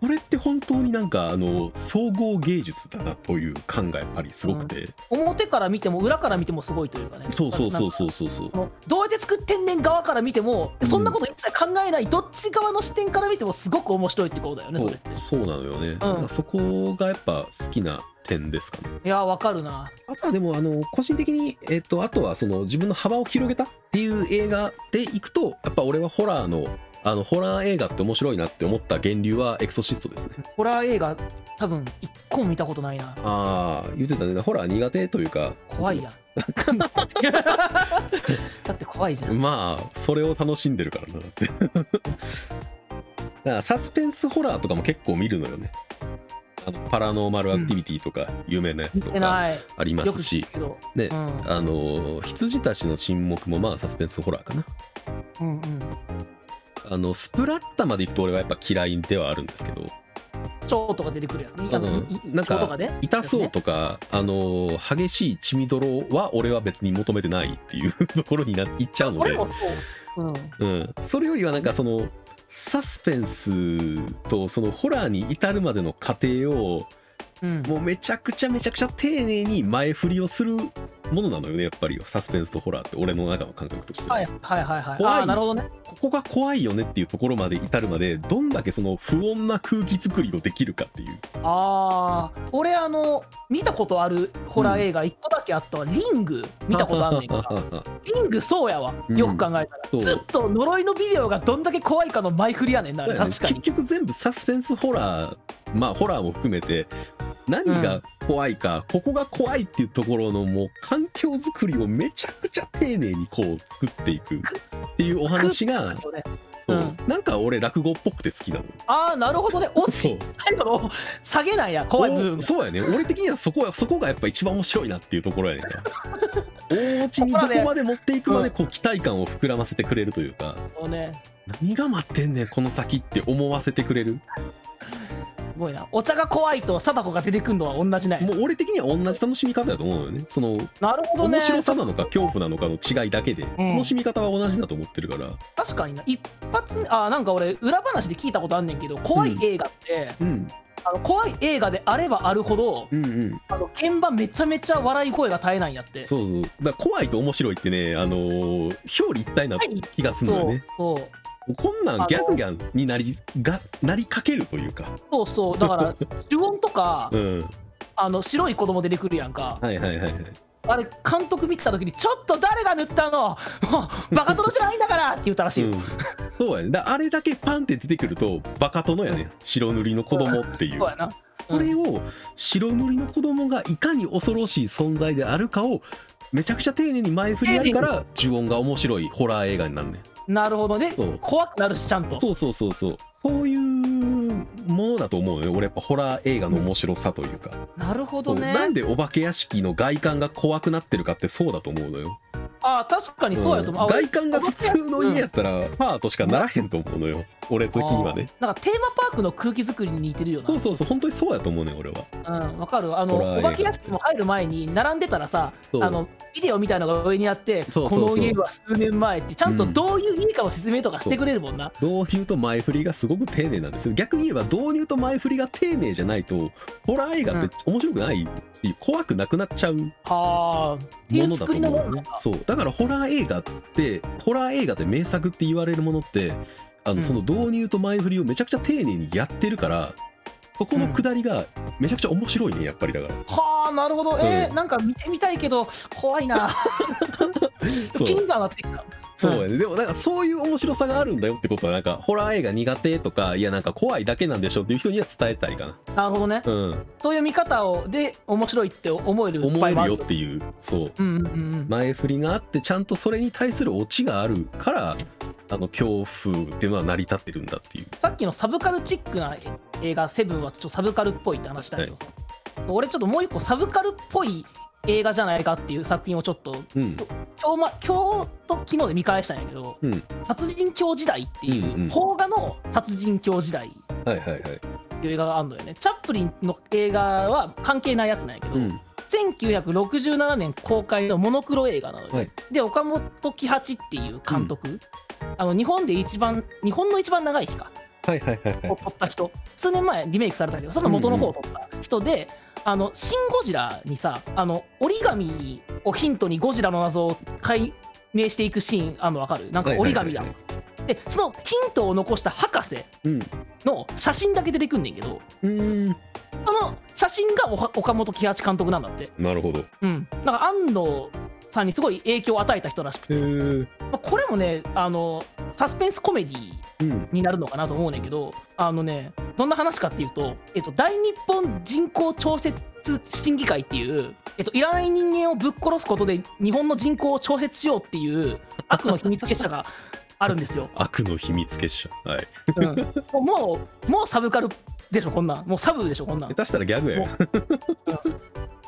A: これって本当になんかあの総合芸術だなという感がやっぱりすごくて、
B: 表から見ても裏から見てもすごいというかね
A: そうそうそう
B: う
A: そうそうそう
B: どうやって作ってんねん側から見てもそんなこと一切考えない、どっち側の視点から見てもすごく面白いってことだよねそれって
A: そうなのよね、なんかそこがやっぱ好きな点ですかね
B: いやわかるな
A: あとはでもあの個人的に、えっとあとはその自分の幅を広げたっていう映画でいくとやっぱ俺はホラーのあのホラー映画って面白いなって思った源流はエクソシストですね
B: ホラー映画多分一個も見たことないな
A: ああ言ってたねホラー苦手というか
B: 怖 (laughs) いやんだって怖いじゃん
A: まあそれを楽しんでるからなだって (laughs) だからサスペンスホラーとかも結構見るのよねあのパラノーマルアクティビティとか有名なやつ
B: 見
A: と
B: て
A: か
B: ない。
A: ありま
B: よく
A: す
B: 聞
A: し
B: く、けど。
A: ね
B: うん
A: あの羊たちの沈黙もまあサスペンスホラーかな
B: うんうん。
A: あのスプラッタまでいくと俺はやっぱ嫌いではあるんですけど
B: 蝶とか出てくるやつね。
A: あの
B: いい
A: なん
B: 蝶とか
A: か
B: ね
A: 痛そうとか、あの激しい血みどろは俺は別に求めてないっていうところになっいっちゃうの
B: 俺
A: で
B: も、そう。
A: う
B: うん。
A: ん、それよりはなんかそのサスペンスとそのホラーに至るまでの過程を
B: うん。
A: もうめちゃくちゃめちゃくちゃ丁寧に前振りをするものなのよねやっぱりサスペンスとホラーって俺の中の感覚としては、
B: はいはいはいは
A: 怖
B: い。
A: い
B: ああ、なるほどね。
A: ここが怖いよねっていうところまで至るまでどんだけその不穏な空気作りをできるかっていう
B: ああ、俺、あの、見たことあるホラー映画、一個だけあったわ、リング、見たことあんねんから。
A: (laughs)
B: リング、そうやわ、よく考えたら。
A: そう
B: ずっと呪いのビデオがどんだけ怖いかの前振りやねんな、あれ、確か
A: 結
B: に。
A: 局全部サスペンスホラーまあホラーも含めて何が怖いか、ここが怖いっていうところのもう環境づくりをめちゃくちゃ丁寧にこう作っていくっていうお話が、
B: 空気ね
A: そう
B: うん
A: なんか俺落語っぽくて好きなのよ
B: ああ、なるほどね。落ち
A: そう
B: たいのを下げないや、怖い部分
A: お
B: が。
A: そうやね俺的にはそこはそこがやっぱ一番面白いなっていうところやねんな大落ちにどこまで持っていくまでこう期待感を膨らませてくれるというか、
B: そうね。
A: 何が待ってんねんこの先って思わせてくれる
B: すごいな。お茶が怖いと貞子が出てくるのは同じない。
A: もう俺的には同じ楽しみ方だと思うよねその
B: なるほどね。
A: 面白さなのか恐怖なのかの違いだけで、
B: ん
A: 楽しみ方は同じだと思ってるから
B: 確かにな。一発、ああ、なんか俺、裏話で聞いたことあんねんけど、怖い映画って、
A: うん
B: あの怖い映画であればあるほど、
A: うんうん
B: あの現場めちゃめちゃ笑い声が絶えないんやって。
A: そうそうだから怖いと面白いってねあのー表裏一体な
B: はい
A: 気がするのよね、
B: そう
A: こんなんギャンギャンになりがなりかけるというか
B: そうそうだから呪音とか、
A: うん
B: あの白い子供出てくるやんか
A: はいはいはいはい
B: あれ監督見てた時に「ちょっと誰が塗ったのも (laughs) うバカ殿じゃないんだから!」って言ったらしいよ、
A: うん、そうやねだあれだけパンって出てくるとバカ殿やね白塗りの子供っていう
B: そうやな、う
A: こ
B: ん
A: れを白塗りの子供がいかに恐ろしい存在であるかをめちゃくちゃ丁寧に前振りやるから呪音が面白いホラー映画になるね
B: なるほどね
A: そう
B: 怖くなるしちゃんと
A: そうそうそうそうそういうものだと思うよ俺やっぱホラー映画の面白さというか、
B: なるほ
A: そ
B: ど
A: う
B: ね
A: なんでお化け屋敷の外観が怖くなってるかってそうだと思うのよ
B: ああ確かにそうやと思う、あ
A: ん
B: 俺
A: 外観が普通の家やったらパートしかならへんと思うのよ俺的にはね
B: ああなんかテーマパークの空気作りに似てるよな
A: そうそうそう本当にそうやと思うねん俺は
B: うん、わかるあの
A: ホラー映
B: お
A: 画
B: 化け屋敷も入る前に並んでたらさ
A: そう
B: あのビデオみたいのが上にあって
A: そうそうそう
B: この家は数年前ってちゃんと
A: うん
B: どういう家かの説明とかしてくれるもんな、
A: 導入と前振りがすごく丁寧なんですよ逆に言えば導入と前振りが丁寧じゃないとホラー映画って面白くないし、怖くなくなっちゃうも
B: はあっていう
A: のだと
B: 作り
A: 思
B: の
A: う
B: も
A: よね
B: のなんだ
A: そうだからホラー映画ってホラー映画で名作って言われるものってあ
B: う
A: の
B: ん
A: その導入と前振りをめちゃくちゃ丁寧にやってるからそこの下りがめちゃくちゃ面白いねやっぱり
B: (laughs)
A: だから、
B: はあなるほどえー
A: う
B: なんか見てみたいけど怖いな
A: そう
B: 気にはなってきた
A: そうやね、でもなんかそういう面白さがあるんだよってことはなんかホラー映画苦手とかいやなんか怖いだけなんでしょっていう人には伝えたいかな
B: なるほどね
A: うん
B: そういう見方をで面白いって思える
A: 思え
B: 場合もあ
A: るよっていうそう
B: うんうんうん、
A: 前振りがあってちゃんとそれに対するオチがあるからあの恐怖っていうのは成り立ってるんだっていう
B: さっきのサブカルチックな映画「セブンはちょっとサブカルっぽいって話だけどさ、俺ちょっともう一個サブカルっぽい映画じゃないかっていう作品をちょっと
A: うん
B: 今日,、ま、今日と昨日で見返したんやけど「
A: うん
B: 殺人狂時代」っていう、
A: うんうん
B: 邦画の「殺人狂時代」っ
A: はいはいはい
B: ていう映画があるのよねチャップリンの映画は関係ないやつなんやけど、
A: うん
B: 1967年公開のモノクロ映画なのよ、
A: はい
B: で岡本喜八っていう監督、あの日本で一番日本の一番長い日か
A: はいはいはいはい
B: を撮った人数年前リメイクされたけどその元の方を撮った人で、あの「シン・ゴジラ」にさあの折り紙をヒントにゴジラの謎を解明していくシーンあんの分かるなんか折り紙だ、
A: はいは
B: でそのヒントを残した博士
A: いはい
B: の写真だけ出てくんねんけど
A: うんう
B: その写真がおは岡本喜八監督なんだって
A: ーんなるほどへ
B: うんだから安藤さんにすごい影響を与えた人らしくて、
A: えうん。
B: まあこれもねあのサスペンスコメディになるのかなと思うねんけどあのねどんな話かっていうと、えっと、大日本人口調節審議会っていう、えっと、いらない人間をぶっ殺すことで日本の人口を調節しようっていう悪の秘密結社が (laughs) あるんですよ
A: 悪の秘密結社はい
B: うんもうもうサブカルっでしょこんなんもうサブでしょこんなん
A: 下手したらギャグやよ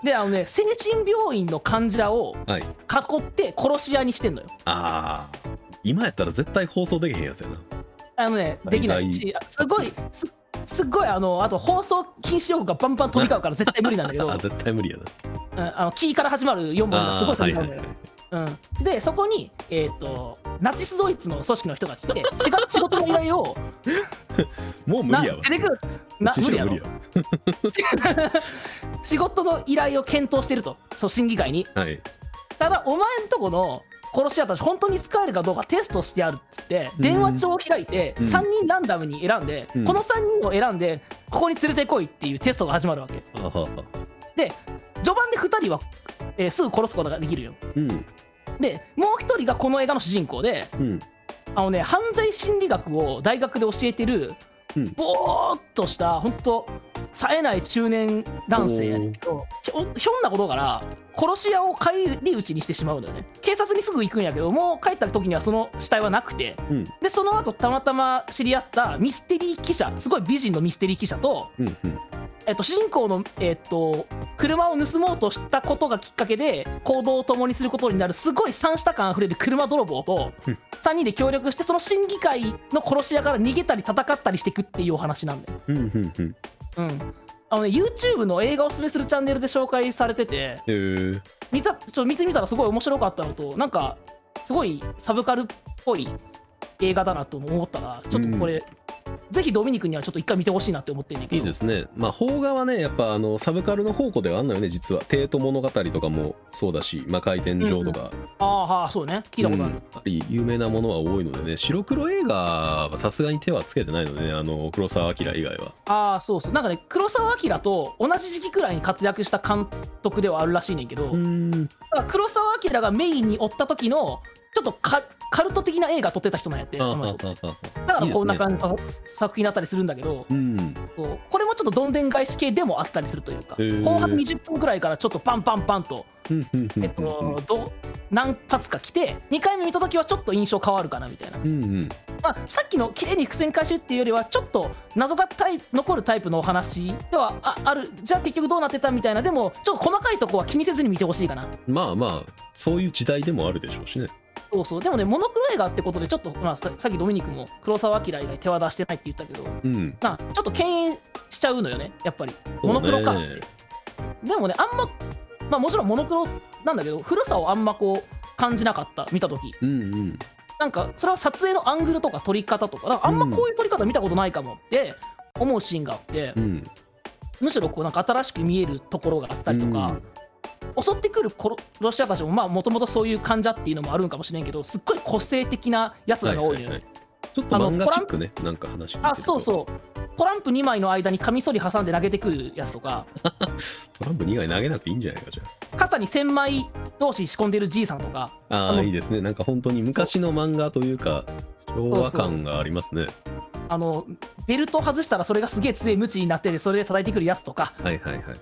B: であのね精神病院の患者を
A: はい
B: 囲って殺し屋にしてんのよ
A: ああ今やったら絶対放送できへんやつやな
B: あのねできないしあすごいすすっごいあのあと放送禁止用語がバンバン飛び交うから絶対無理なんだけ
A: (laughs)
B: ど、
A: あ絶対無理やな
B: うんあのキーから始まる4文字がすごい飛び
A: あー
B: 交うのよ、うん、でそこに、えー、とナチスドイツの組織の人が
A: (laughs)
B: 来て仕事仕事の依頼を
A: もう無
B: な
A: 理やわ
B: 出てくるな
A: 知
B: 無
A: 識
B: 理
A: は
B: やろ
A: 無理や
B: 仕事の依頼を検討してるとそう審議会に
A: はい
B: ただお前んとこの殺し屋たち本当に使えるかどうかテストしてやるっつって
A: うん
B: 電話帳を開いて
A: うん
B: 3人ランダムに選んで、
A: うん
B: この3人を選んでここに連れてこいっていうテストが始まるわけ
A: あはは
B: で序盤で2人は、えーすぐ殺すことができるよ
A: うん
B: でもう1人がこの映画の主人公で
A: うん
B: あのね犯罪心理学を大学で教えてる、
A: うん
B: ぼーっとした本当冴えない中年男性やねんけどひょひょんなことから殺し屋を返り討ちにしてしまうのよね警察にすぐ行くんやけどもう帰った時にはその死体はなくて
A: うん
B: でその後たまたま知り合ったミステリー記者すごい美人のミステリー記者と,、
A: うんうん
B: えっと主人公の、えっと車を盗もうとしたことがきっかけで行動を共にすることになるすごい三者感あふれる車泥棒と
A: うん
B: 3人で協力してその審議会の殺し屋から逃げたり戦ったりしていくっていうお話なんだよ
A: うんうんうん
B: うん、あのね YouTube の映画をおすすめするチャンネルで紹介されてて
A: えー
B: 見たちょっと見てみたらすごい面白かったのとなんかすごいサブカルっぽい映画だなと思ったからちょっとこれ、ぜひドミニクにはちょっと一回見てほしいなって思ってんだけど
A: いいですねまあ邦画はねやっぱあのサブカルの宝庫ではあんのよね実は帝都物語とかもそうだし、まあ、回転場とか、
B: ああはあそうね聞いたことあ
A: うん
B: る
A: や、っぱり有名なものは多いのでね白黒映画はさすがに手はつけてないのでねあの黒澤明以外は
B: ああそうそうなんかね黒澤明と同じ時期くらいに活躍した監督ではあるらしいねんけど、
A: うーん
B: だから黒澤明がメインに追った時のちょっとカカルト的な映画撮ってた人なんやって
A: あ
B: あの
A: あ
B: 人
A: あああ
B: だからこんない
A: い
B: 感じの作品だったりするんだけど、
A: うん
B: そうこれもちょっとどんでん返し系でもあったりするというか、
A: へー
B: 後半20分くらいからちょっとパンパンパンと、
A: うんうんうん
B: えっと、ど何発か来て2回目見た時はちょっと印象変わるかなみたいな、
A: うんうん
B: まあ、さっきの綺麗に伏線回収っていうよりはちょっと謎がタイプ残るタイプのお話ではああるじゃあ結局どうなってたみたいなでもちょっと細かいとこは気にせずに見てほしいかな
A: まあまあそういう時代でもあるでしょうしね
B: そうそうでもねモノクロ映画ってことでちょっと、まあ、ささっきドミニクも黒澤明以外手は出してないって言ったけど
A: うん
B: なちょっと敬遠しちゃうのよねやっぱり
A: そう
B: モ
A: ね
B: ノクロかってでもねあんままあもちろんモノクロなんだけど古さをあんまこう感じなかった見た時
A: うんうん
B: なんかそれは撮影のアングルとか撮り方とかだからあんまこういう撮り方見たことないかもって思うシーンがあって
A: うん
B: むしろこうなんか新しく見えるところがあったりとか、襲ってくる殺殺し屋たちもまあもともとそういう患者っていうのもあるんかもしれんけどすっごい個性的なやつ
A: うん
B: らが多い
A: は
B: の
A: い
B: よね、
A: はいはいちょっと漫画チックねなんか話聞いてると
B: あそうそうトランプ2枚の間にカミソリ挟んで投げてくるやつとか
A: トランプ以外投げなくていいんじゃないかじゃ
B: 傘に1000枚同士仕込んでるじいさんとか
A: あ
B: あ
A: ああ
B: の
A: いいですねなんか本当に昔の漫画というか昭和感がありますね
B: あのベルト外したらそれがすげえ強い無知になっててそれで叩いてくるやつとか
A: はいはいはいはい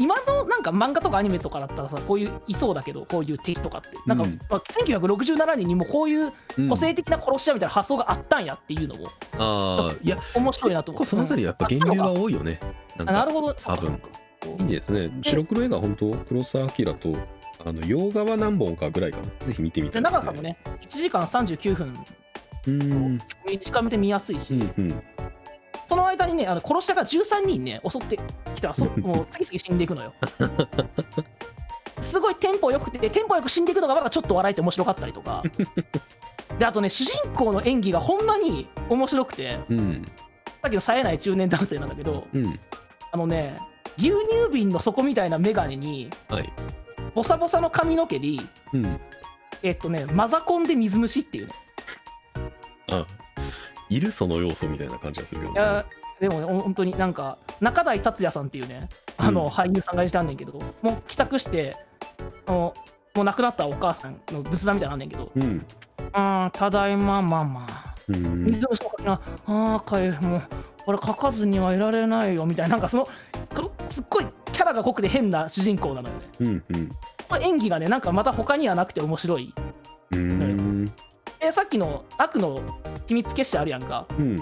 B: 今のなんか漫画とかアニメとかだったらさこういういそうだけどこういう敵とかってなんか、
A: うん
B: まあ、1967年にもこういう
A: うん
B: 個性的な殺し屋みたいな発想があったんやっていうのも
A: ああいや
B: 面白いなと
A: 結構
B: 思う
A: そのあたりやっぱ源流が多いよねなん
B: あな
A: か
B: るほどそっ
A: 多
B: か
A: 分
B: そっか
A: いいですね白黒映画本当黒澤明とあの洋画は何本かぐらいかなぜひ見てみた
B: で
A: いです、
B: 長さもね1時間39分
A: うん
B: 短めで見やすいし、
A: うんうん
B: その間にねあの殺し屋が13人ね襲ってきたらそもう次々死んでいくのよ (laughs) すごいテンポよくてテンポよく死んでいくのがまだちょっと笑えて面白かったりと
A: (laughs)
B: かであとね主人公の演技がほんまに面白くて
A: うん
B: さっきの冴えない中年男性なんだけど
A: うん
B: あのね牛乳瓶の底みたいな眼鏡に
A: はい
B: ボサボサの髪の毛に
A: うん
B: えっとねマザコンで水虫っていうね
A: あいるその要素みたいな感じがするけど
B: いやでもねほん本当になんか中台達也さんっていうねあ
A: うん
B: の俳優さんがいたんねんけど、もう帰宅してあのもう亡くなったお母さんの仏壇みたいになんねんけど
A: うん
B: 「あーただいまママ」
A: うん
B: 水虫の書きな「ああかゆいもうこれ書かずにはいられないよ」みたいななんかそのこのすっごいキャラが濃くて変な主人公なのよね
A: うんうん
B: この演技がねなんかまた他にはなくて面白い
A: うん
B: でさっきの悪の秘密結社あるやんか
A: うん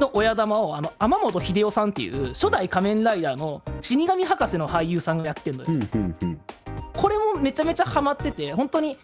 B: の親玉をあの天本秀夫さんっていう初代仮面ライダーの死神博士の俳優さんがやってるの
A: う
B: よ
A: んうんうん
B: これもめちゃめちゃハマってて本当に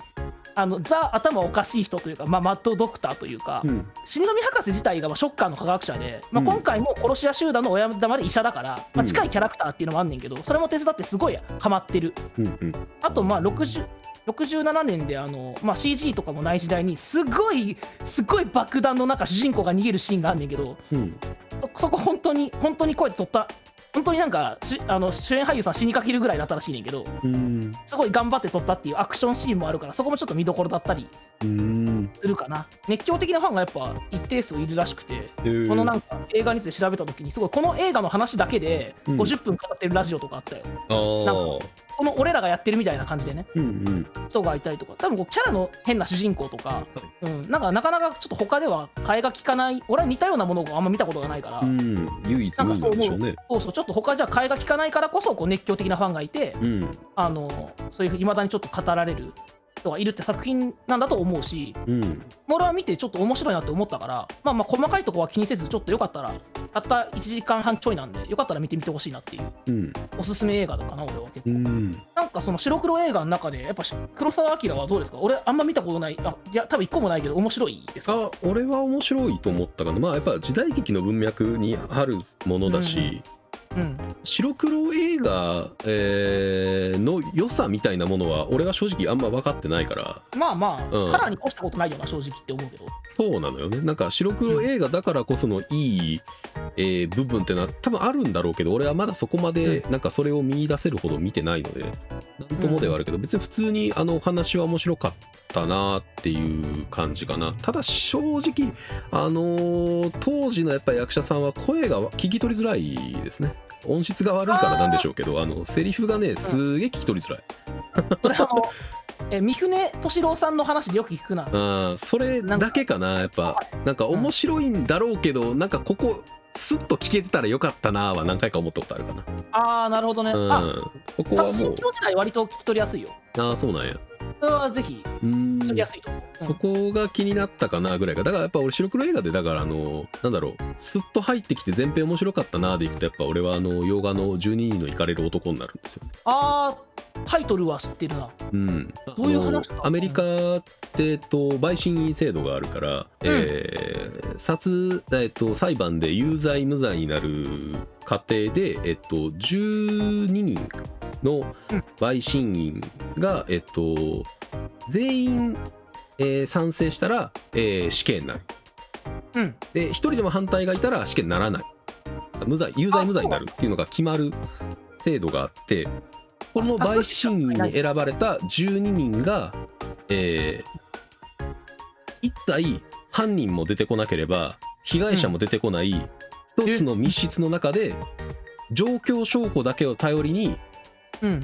B: あのザ頭おかしい人というか、まあ、マッドドクターというか、
A: うん
B: 死神博士自体がまあショッカーの科学者で、まあ、
A: うん
B: 今回も殺し屋集団の親玉で医者だから、
A: う
B: まあ、
A: ん
B: 近いキャラクターっていうのもあんねんけどそれも手伝ってすごいハマってる
A: うんうん
B: あとまあ60 67年であの、まあ、CG とかもない時代にすごいすごい爆弾の中主人公が逃げるシーンがあんねんけど
A: うん
B: そそこ本当に本当に声で撮った本当になんかしあの主演俳優さん死にかけるぐらいだったらしいねんけど
A: うん
B: すごい頑張って撮ったっていうアクションシーンもあるからそこもちょっと見どころだったり
A: うん
B: するかな熱狂的なファンがやっぱ一定数いるらしくて
A: えー
B: このなんか映画について調べた時にすごいこの映画の話だけで
A: うん
B: 50分語ってるラジオとかあったよ、
A: あー
B: この俺らがやってるみたいな感じでね
A: うんうん
B: 人がいたりとか多分こうキャラの変な主人公とか、うん、なんかなかなかちょっと他では替えが利かない俺は似たようなものをあんま見たことがないから、
A: うん唯一無二なんでしょうね
B: そうそうちょっと他じゃ替えが利かないからこそこう熱狂的なファンがいて
A: うん
B: あのそういういまだにちょっと語られる人がいるって作品なんだと思うし
A: うん
B: 俺は見てちょっと面白いなって思ったからまあまあ細かいとこは気にせずちょっとよかったらたった1時間半ちょいなんでよかったら見てみてほしいなっていう
A: うん
B: おすすめ映画かな俺は結
A: う
B: 構、
A: ん
B: なんかその白黒映画の中でやっぱし黒澤明はどうですか俺あんま見たことないあいや多分一個もないけど面白いですか
A: あ俺は面白いと思ったかなまあやっぱ時代劇の文脈にあるものだし、
B: うんうん
A: 白黒映画、えーの良さみたいなものは俺は正直あんま分かってないから
B: まあまあ、
A: うん
B: カラーに越したことないよな正直って思うけど
A: そうなのよねなんか白黒映画だからこそのいい、えー部分ってのは多分あるんだろうけど俺はまだそこまでなんかそれを見出せるほど見てないのでなんともではあるけど別に普通にあのお話は面白かったなっていう感じかなただ正直あのー当時のやっぱ役者さんは声が聞き取りづらいですね音質が悪いからなんでしょうけどあのセリフがねすげえ聞き取りづらい
B: それあのえ三船敏郎さんの話でよく聞くな
A: あーそれだけかなやっぱなんか面白いんだろうけど、なんかここスッと聞けてたらよかったなは何回か思ったことあるかな、
B: ああなるほどね、
A: うん
B: あ、
A: ここは
B: ただ
A: も
B: 新
A: う
B: 京時代割と聞き取りやすいよ
A: ああそうなんや
B: それはぜひ
A: うーん
B: 聞き取りやすいと思う、うん
A: そこが気になったかなぐらいかだからやっぱ俺白黒映画でだからあのなんだろうスッと入ってきて前編面白かったなでいくとやっぱ俺はあの洋画の12人の行かれる男になるんですよ
B: ああタイトルは知ってるな
A: うん、
B: どういう話
A: あの
B: だ
A: アメリカって、えっと、陪審員制度があるから、えー殺えっと、裁判で有罪無罪になる過程で、えっと、12人の
B: うん
A: 陪審員が、えっと、全員、えー賛成したら、えー死刑になる
B: うん
A: で1人でも反対がいたら死刑にならない無罪有罪無罪になるっていうのが決まる制度があってこの陪審員に選ばれた12人が、えー一体犯人も出てこなければ被害者も出てこない一つの密室の中で状況証拠だけを頼りに
B: うん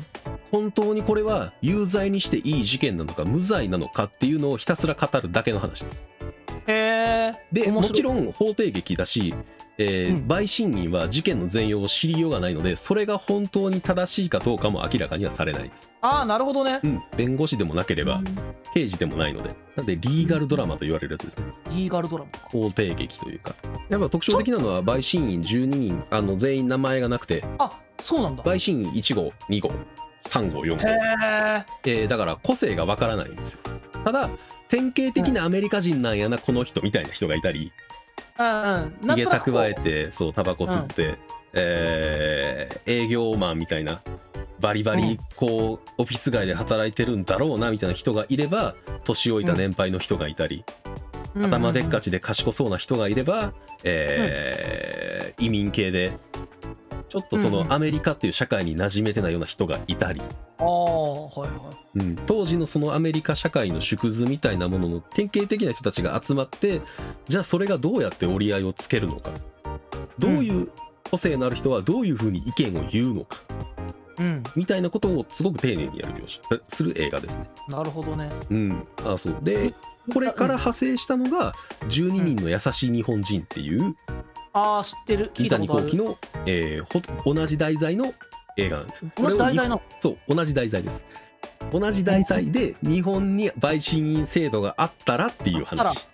A: 本当にこれは有罪にしていい事件なのか無罪なのかっていうのをひたすら語るだけの話です。
B: へえ
A: でもち
B: ん
A: ろん法廷劇だし、えー
B: うん
A: 陪審員は事件の全容を知りようがないのでそれが本当に正しいかどうかも明らかにはされないです、
B: ああなるほどね
A: うん、弁護士でもなけれ
B: う
A: ば
B: ん
A: 刑事でもないのでなんでリーガルドラマと言われるやつですね
B: リーガルドラマか
A: 法廷劇というかやっぱ特徴的なのは陪審員12人あの全員名前がなくて
B: あそうなんだ
A: 陪審員1号2号3号4号
B: へえ
A: えーだから個性がわからないんですよただ典型的なアメリカ人なんやなこの人みたいな人がいたり、
B: うんうんな
A: 逃
B: ん
A: げ
B: となくこう
A: 蓄えてそうタバコ吸って、えー営業マンみたいなバリバ
B: う
A: リ
B: ん
A: こう、オフィス街で働いてるんだろうなみたいな人がいれば年老いた年配の人がいたり、
B: うんうんうん
A: 頭でっかちで賢そうな人がいれば、えー移民系でちょっとそ
B: うんう
A: の
B: ん
A: アメリカっていう社会に馴染めてないような人がいたり、
B: ああはいはい
A: うん、当時のそのアメリカ社会の縮図みたいなものの典型的な人たちが集まってじゃあそれがどうやって折り合いをつけるのかどういう個性のある人はどういうふうに意見を言うのか
B: うん
A: みたいなことをすごく丁寧にやる描写えする映画ですね。
B: なるほどね
A: うん、あそうでこれから派生したのが「12人の優しい日本人」っていう
B: ああ知ってる聞
A: 三
B: いた
A: 谷
B: ことあ
A: 幸
B: る
A: 喜の、えーほ同じ題材の映画なんですよ。
B: 同じ題材なの
A: そう同じ題材です同じ題材で日本に陪審員制度があったらっていう
B: あっ
A: 話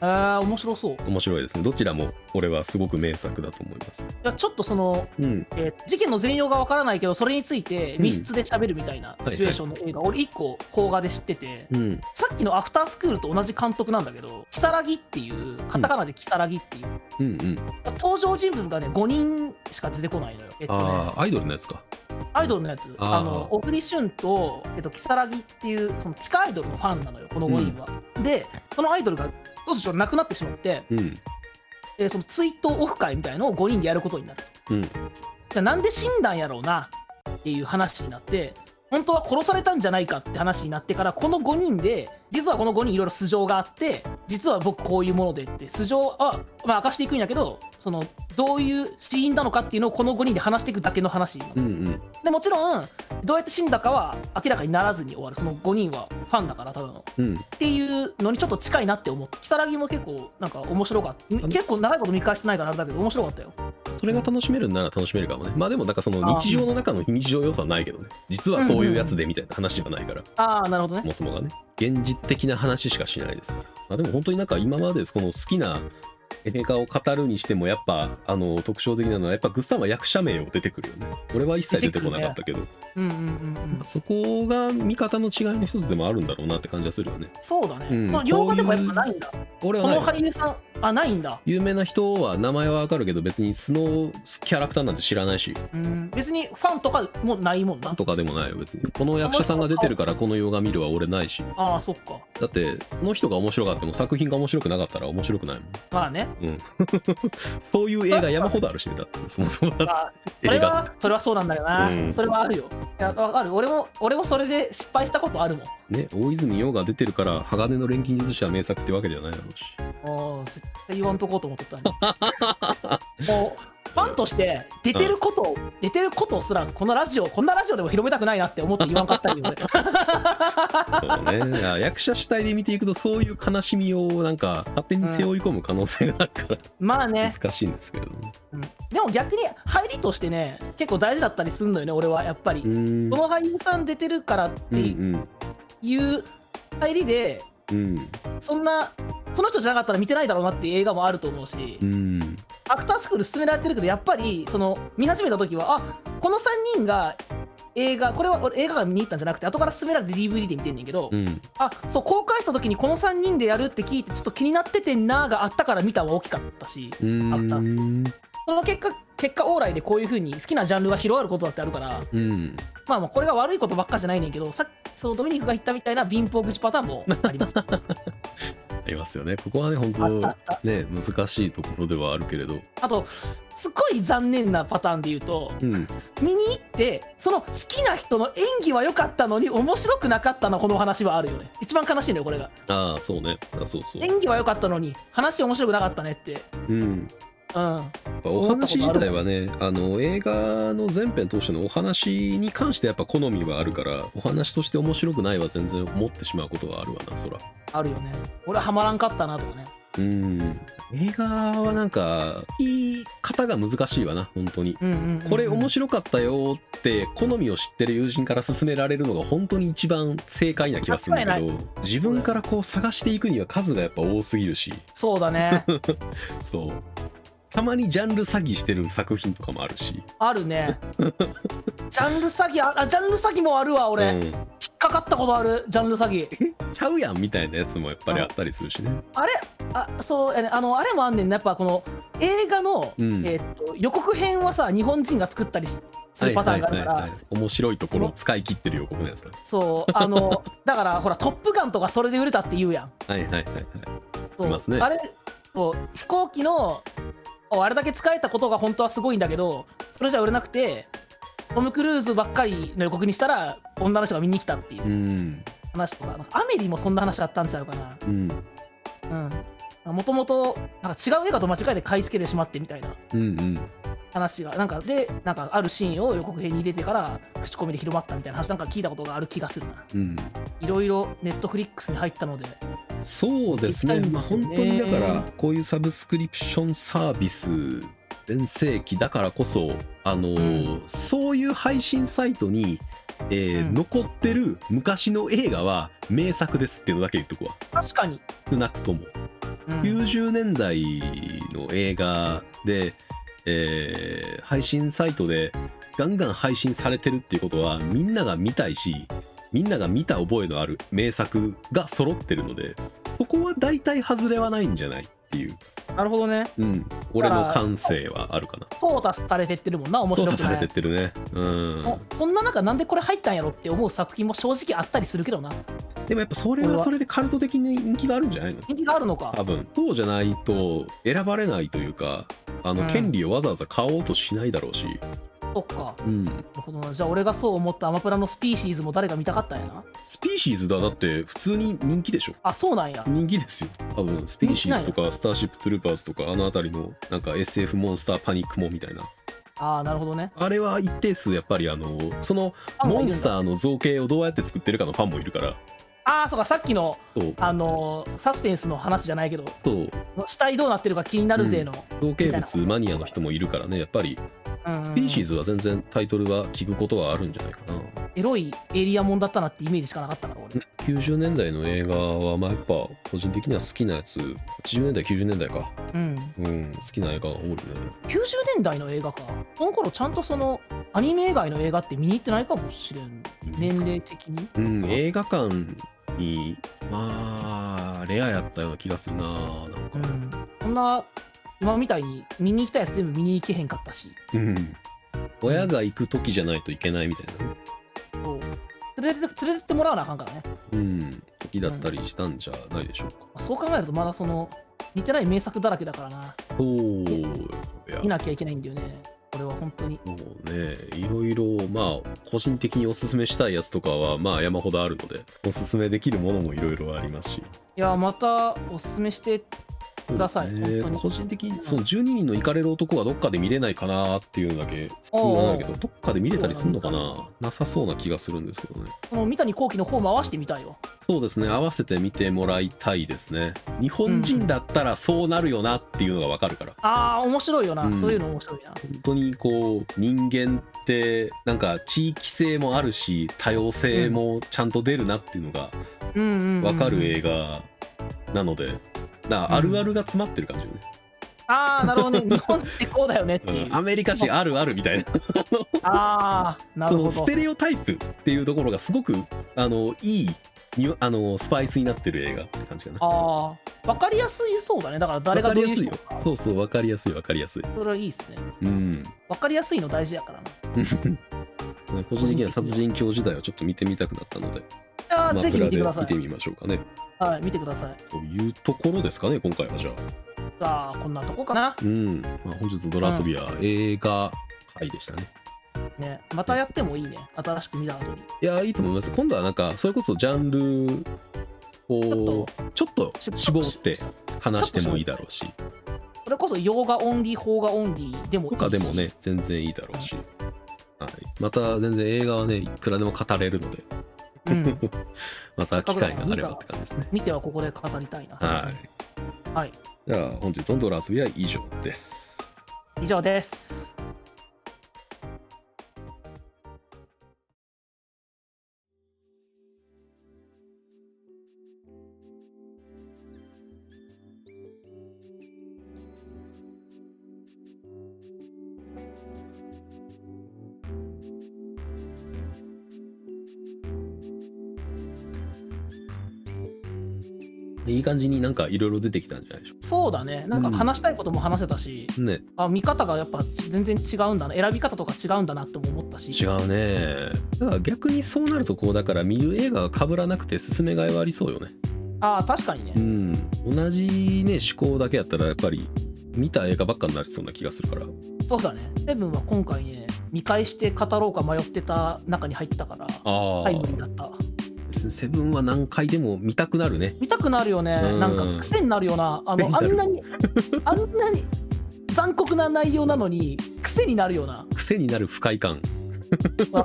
B: あー面白そうい
A: 面白いですねどちらも俺はすごく名作だと思います
B: やちょっとその、
A: うん
B: えー事件の全容がわからないけどそれについて
A: うん
B: 密室で喋るみたいなシチュエーションの映画、俺1個邦画で知ってて、
A: うん
B: さっきのアフタースクールと同じ監督なんだけど如月っていうカタカナで如月っていう、
A: うんうん
B: 登場人物がね5人しか出てこないのよえっとね
A: ああアイドルのやつか
B: アイドルのやつ
A: あー
B: あの小栗旬と、えっと、如月っていうその地下アイドルのファンなのよこの5人は、でそのアイドルがどうしよう亡くなってしまって
A: うん
B: でその追悼オフ会みたいのを5人でやることになる
A: うん
B: じゃあなんで死んだんやろうなっていう話になって本当は殺されたんじゃないかって話になってからこの5人で実はこの5人いろいろ素性があって実は僕こういうものでって素性は、まあ、明かしていくんやけどそのどういう死因なのかっていうのをこの5人で話していくだけの話になる
A: うんうん
B: でもちろんどうやって死んだかは明らかにならずに終わるその5人はファンだからただの
A: うん
B: っていうのにちょっと近いなって思って如月も結構なんか面白かった結構長いこと見返してないからあれだけど面白かったよ
A: それが楽しめるんなら楽しめるかもねまあでもなんかその日常の中の非日常要素はないけどね実はこういうやつでみたいな話じゃないから
B: ああなるほど
A: そ
B: ね
A: もそもがね現実的な話しかしないですから、まあ、でも本当になんか今までその好きな映画を語るにしてもやっぱあの特徴的なのはやっぱグッサンは役者名を出てくるよね俺は一切出てこなかったけど、
B: うんうんうんうん
A: そこが見方の違いの一つでもあるんだろうなって感じはするよね
B: そうだね、
A: うん
B: まあ、洋画でもやっぱないんだこ
A: 俺は
B: の
A: ない
B: 俳優さんあないんだ、
A: 有名な人は名前はわかるけど別に素のキャラクターなんて知らないし
B: うん、別にファンとかもないもんな
A: とかでもないよ別にこの役者さんが出てるからこの洋画見るは俺ないし
B: ああそっか
A: だってこの人が面白かっても作品が面白くなかったら面白くないもん
B: まあね
A: そういう映画山ほどあるしねだってそもそもだって
B: まあそ
A: 映
B: れ
A: 画
B: はそれはそうなんだよな、
A: うん
B: それはあるよいやわかる俺も俺もそれで失敗したことあるもん
A: ね大泉洋が出てるから鋼の錬金術師は名作ってわけじゃないだろう
B: (laughs)
A: し
B: もう絶対言わんとこうと思ってたの
A: (laughs)
B: にもうファンとして出てることを、出てることすらこのラジオこんなラジオでも広めたくないなって思って言わんかったり
A: そうねいや役者主体で見ていくとそういう悲しみをなんか勝手に背負い込む可能性があるから、
B: (laughs) まあね、
A: 難しいんですけれど
B: (laughs)
A: も
B: うんでも逆に入りとしてね結構大事だったりすんのよね俺はやっぱ
A: う
B: り、
A: ーん
B: この俳優さん出てるからって
A: うん
B: いう
A: うん
B: いう入りで
A: うん
B: そんなその人じゃなかったら見てないだろうなっていう映画もあると思うし、
A: うん
B: アクタースクール進められてるけどやっぱりその見始めた時はあこの3人が映画これは俺映画館見に行ったんじゃなくて後から進められて DVD で見てんねんけど、
A: うん
B: あそう公開した時にこの3人でやるって聞いてちょっと気になっててんなーがあったから見たは大きかったし
A: うーん
B: その結果結果往来でこういう風に好きなジャンルが広がることだってあるから
A: うん
B: まあまあこれが悪いことばっかじゃないねんけどさっきそのドミニクが言ったみたいな貧乏口パターンもあ
A: (laughs)
B: りますあ
A: ありますよねここはね本
B: ったあ
A: 当
B: った
A: ね難しいところではあるけれど
B: あとすごい残念なパターンで言うと
A: うん
B: 見に行ってその好きな人の演技は良かったのに面白くなかったなこの話はあるよね一番悲しいのよこれが
A: ああそうねあそうそう
B: 演技は良かったのに話面白くなかったねって
A: うん
B: うん
A: やっぱお話自体はねあの映画の全編通してのお話に関してやっぱ好みはあるからお話として面白くないは全然思ってしまうことはあるわなそら
B: あるよね俺はハマらんかったなとかね
A: うん映画はなんか言い方が難しいわな本当に
B: うんうんうんうん
A: これ面白かったよって好みを知ってる友人から勧められるのが本当に一番正解な気がするんだけど自分からこう探していくには数がやっぱ多すぎるし
B: そう
A: (laughs)
B: だね
A: そうたまにジャンル詐欺してる作品とかもあるし
B: あるねジャンル詐欺ああジャンル詐欺もあるわ俺、
A: う
B: 引
A: ん
B: っかかったことあるジャンル詐欺
A: ちゃうやんみたいなやつもやっぱりあったりするしね。
B: あれあそうやねあのあれもあんねんなやっぱこの映画の、
A: うん
B: えーっと予告編はさ日本人が作ったりしするパターンがあるから、
A: はいはいはいはい面白いところを使い切ってる予告のやつだ。
B: そう
A: (laughs)
B: あのだからほら「トップガン」とかそれで売れたって言うやん
A: はいはいはいはい。
B: そう
A: いますね
B: あれそう飛行機のおあれだけ使えたことが本当はすごいんだけどそれじゃ売れなくてトム・クルーズばっかりの予告にしたら女の人が見に来たっていううん話とか,、なんかアメリもそんな話あったんちゃうかな
A: うん
B: うんもともとなんか違う映画と間違えて買い付けてしまってみたいな
A: うんうん。
B: 話がなんかでなんかあるシーンを予告編に入れてから口コミで広まったみたいな話なんか聞いたことがある気がするな
A: うん、
B: いろいろネットフリックスに入ったので
A: そうですね
B: 行きたいんですよね
A: まあ、本当にだからこういうサブスクリプションサービス全盛期だからこそ、あのーそういう配信サイトに、えー
B: うん
A: 残ってる昔の映画は名作ですっていうのだけ言っとくわ
B: 確かに
A: 少なくとも
B: うん
A: 90年代の映画で、えー配信サイトでガンガン配信されてるっていうことはみんなが見たいしみんなが見た覚えのある名作が揃ってるのでそこは大体外れはないんじゃないっていう、
B: なるほどね。
A: うん、俺の感性はあるかな
B: 淘汰されてってるもんな、面
A: 淘
B: 白
A: 汰
B: く
A: さ
B: な
A: れ
B: い。
A: てってるねうん
B: おそんな中、なんでこれ入ったんやろって思う作品も正直あったりするけどな。
A: でもやっぱそれはそれでカルト的に人気があるんじゃないの
B: 人気があるのか。
A: 多分そうじゃないと選ばれないというかあ
B: う
A: の
B: ん
A: 権利をわざわざ買おうとしないだろうし、
B: そっか。
A: うん、
B: なるほどなじゃあ、俺がそう思ったアマプラのスピーシーズも誰が見たかったんやな。
A: スピーシーズだだって普通に人気でしょ
B: あ、そうなんや。
A: 人気ですよ多分スピーシーズとかスターシップトゥルーパーズとかあの辺りのなんか SF モンスターパニックもみたいな
B: ああ、なるほどね。
A: あれは一定数やっぱりあのその
B: あ
A: モンスターの造形をどうやって作ってるかのファンもいるから
B: ああ、そうか、さっきの、
A: そう
B: あのーサスペンスの話じゃないけど、
A: そう
B: 死体どうなってるか気になるぜの。
A: 造形物マニアの人もいるからねやっぱり
B: うん
A: スピーシーズは全然タイトルは聞くことはあるんじゃないかな
B: エロいエリアもんだったなってイメージしかなかったから、俺。
A: 90年代の映画はまあやっぱ個人的には好きなやつ80年代90年代か
B: うん。
A: うん好きな映画が多いね
B: 90年代の映画か。この頃、ちゃんとその、アニメ以外の映画って見に行ってないかもしれん。年齢的に。
A: うん、映画館に、まあ、レアやったような気がするな、なん
B: う
A: か。
B: ん。こんな、今みたいに見に行きたいやつ全部見に行けへんかったし。
A: うん。親が行く時じゃないといけないみたいなね。
B: そう連れて連れてってもらわなあかんからね。
A: うん。時だったりしたんじゃないでしょうか。
B: そう考えると、まだその、似てない名作だらけだからな。
A: そうや
B: 見。なきゃいけないんだよね。これは本当に。
A: そうね、いろいろ、まあ、個人的におすすめしたいやつとかは、まあ、山ほどあるので、おすすめできるものもいろいろありますし。
B: いや、またおすすめして、ください
A: そうですね
B: 本当に
A: 個人的に、その12人の行かれる男はどっかで見れないかなっていうのだけ、気
B: おうおう
A: になるけど、どっかで見れたりするのかななさそうな気がするんですけどね。
B: この三谷幸喜の方も合わせてみたいわ。
A: そうですね合わせて見てもらいたいですね日本人だったらそうなるよなっていうのがわかるから、
B: ああ、面白いよな、
A: うん
B: そういうの面白いな。
A: 本当にこう人間ってなんか地域性もあるし多様性もちゃんと出るなっていうのが
B: うんうんうんうん
A: わかる映画なのでだからあるあるが詰まってる感じよね、
B: ああ、なるほどね。日本ってこうだよねっていう。
A: うんアメリカ人あるあるみたいな
B: ああ、な
A: そ
B: る
A: の
B: ほ
A: ス
B: ど
A: テ。レオタイプっていうところがすごくあのいいにあのスパイスになってる映画って感じかな
B: ああ、わかりやすいそうだね。だから誰がどういう人
A: わ
B: か。
A: そうそうわかりやすいわかりやすい
B: それはいいですね。
A: うん
B: わかりやすいの大事やからな。
A: 個人的には殺人狂時代はちょっと見てみたくなったので、
B: ああ、
A: マ
B: ぜひ
A: プラ
B: 見
A: で
B: てくださ
A: 見て
B: い。
A: みましょうかね。
B: はい、見てください。
A: というところですかね、今回はじゃあ。
B: じゃあ、こんなとこかな。
A: うん。まあ、本日のドラ遊びは映画会でしたね。
B: ね、またやってもいいね。新しく見た後に。
A: いや、いいと思います。今度はなんか、それこそジャンルをちょっと絞って
B: そ
A: 話してもいいだろうし、
B: れこそ洋画オンリー、邦画オンリーでもいい
A: と
B: し。
A: かでもね、全然いいだろうし。はい、また全然映画はね、いくらでも語れるので、
B: うん。
A: また機会があればって感じですね。
B: 見てはここで語りたいな。
A: (laughs) はい。
B: はい。
A: じゃあ、本日のドラ遊びは以上です。
B: 以上です。
A: いい感じになんかいろいろ出てきたんじゃないでしょ
B: そうだね。なんか話したいことも話せたし、
A: うかね
B: あ見方がやっぱ全然違うんだな選び方とか違うんだなっても思ったし
A: 違うねだから逆にそうなるとこうだから見る映画が被らなくて進めがいはありそうよね
B: ああ確かにね、
A: うん同じね思考だけやったらやっぱり見た映画ばっかになりそうな気がするから
B: そうだねセブンは今回ね見返して語ろうか迷ってた中に入ったから
A: ああ、
B: タイムリーだった
A: ですねセブンは何回でも見たくなるね
B: 見たくなるよね
A: うん
B: なんか癖になるよなあ
A: 癖
B: の
A: にな
B: あ
A: る
B: んなにあんなに残酷な内容なのに癖になるよな
A: 癖になる不快感
B: わ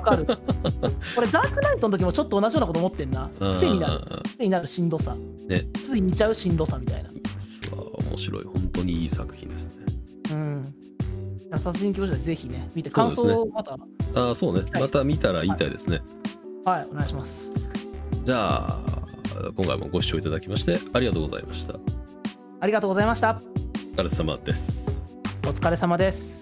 A: (laughs)
B: かる俺ダークナイトの時もちょっと同じようなこと思ってんな癖になる
A: る
B: 癖になるしんどさ、
A: ね
B: つい見ちゃうしんどさみたいな
A: 面白い本当にいい作品ですね
B: うん殺人教授でぜひね見て感想をまた、
A: ああそうね
B: はい
A: また見たら言いたいですね、
B: はいお願いします
A: じゃあ今回もご視聴いただきましてありがとうございましたありがとうございました
B: お疲れ様です。
A: お疲れ様です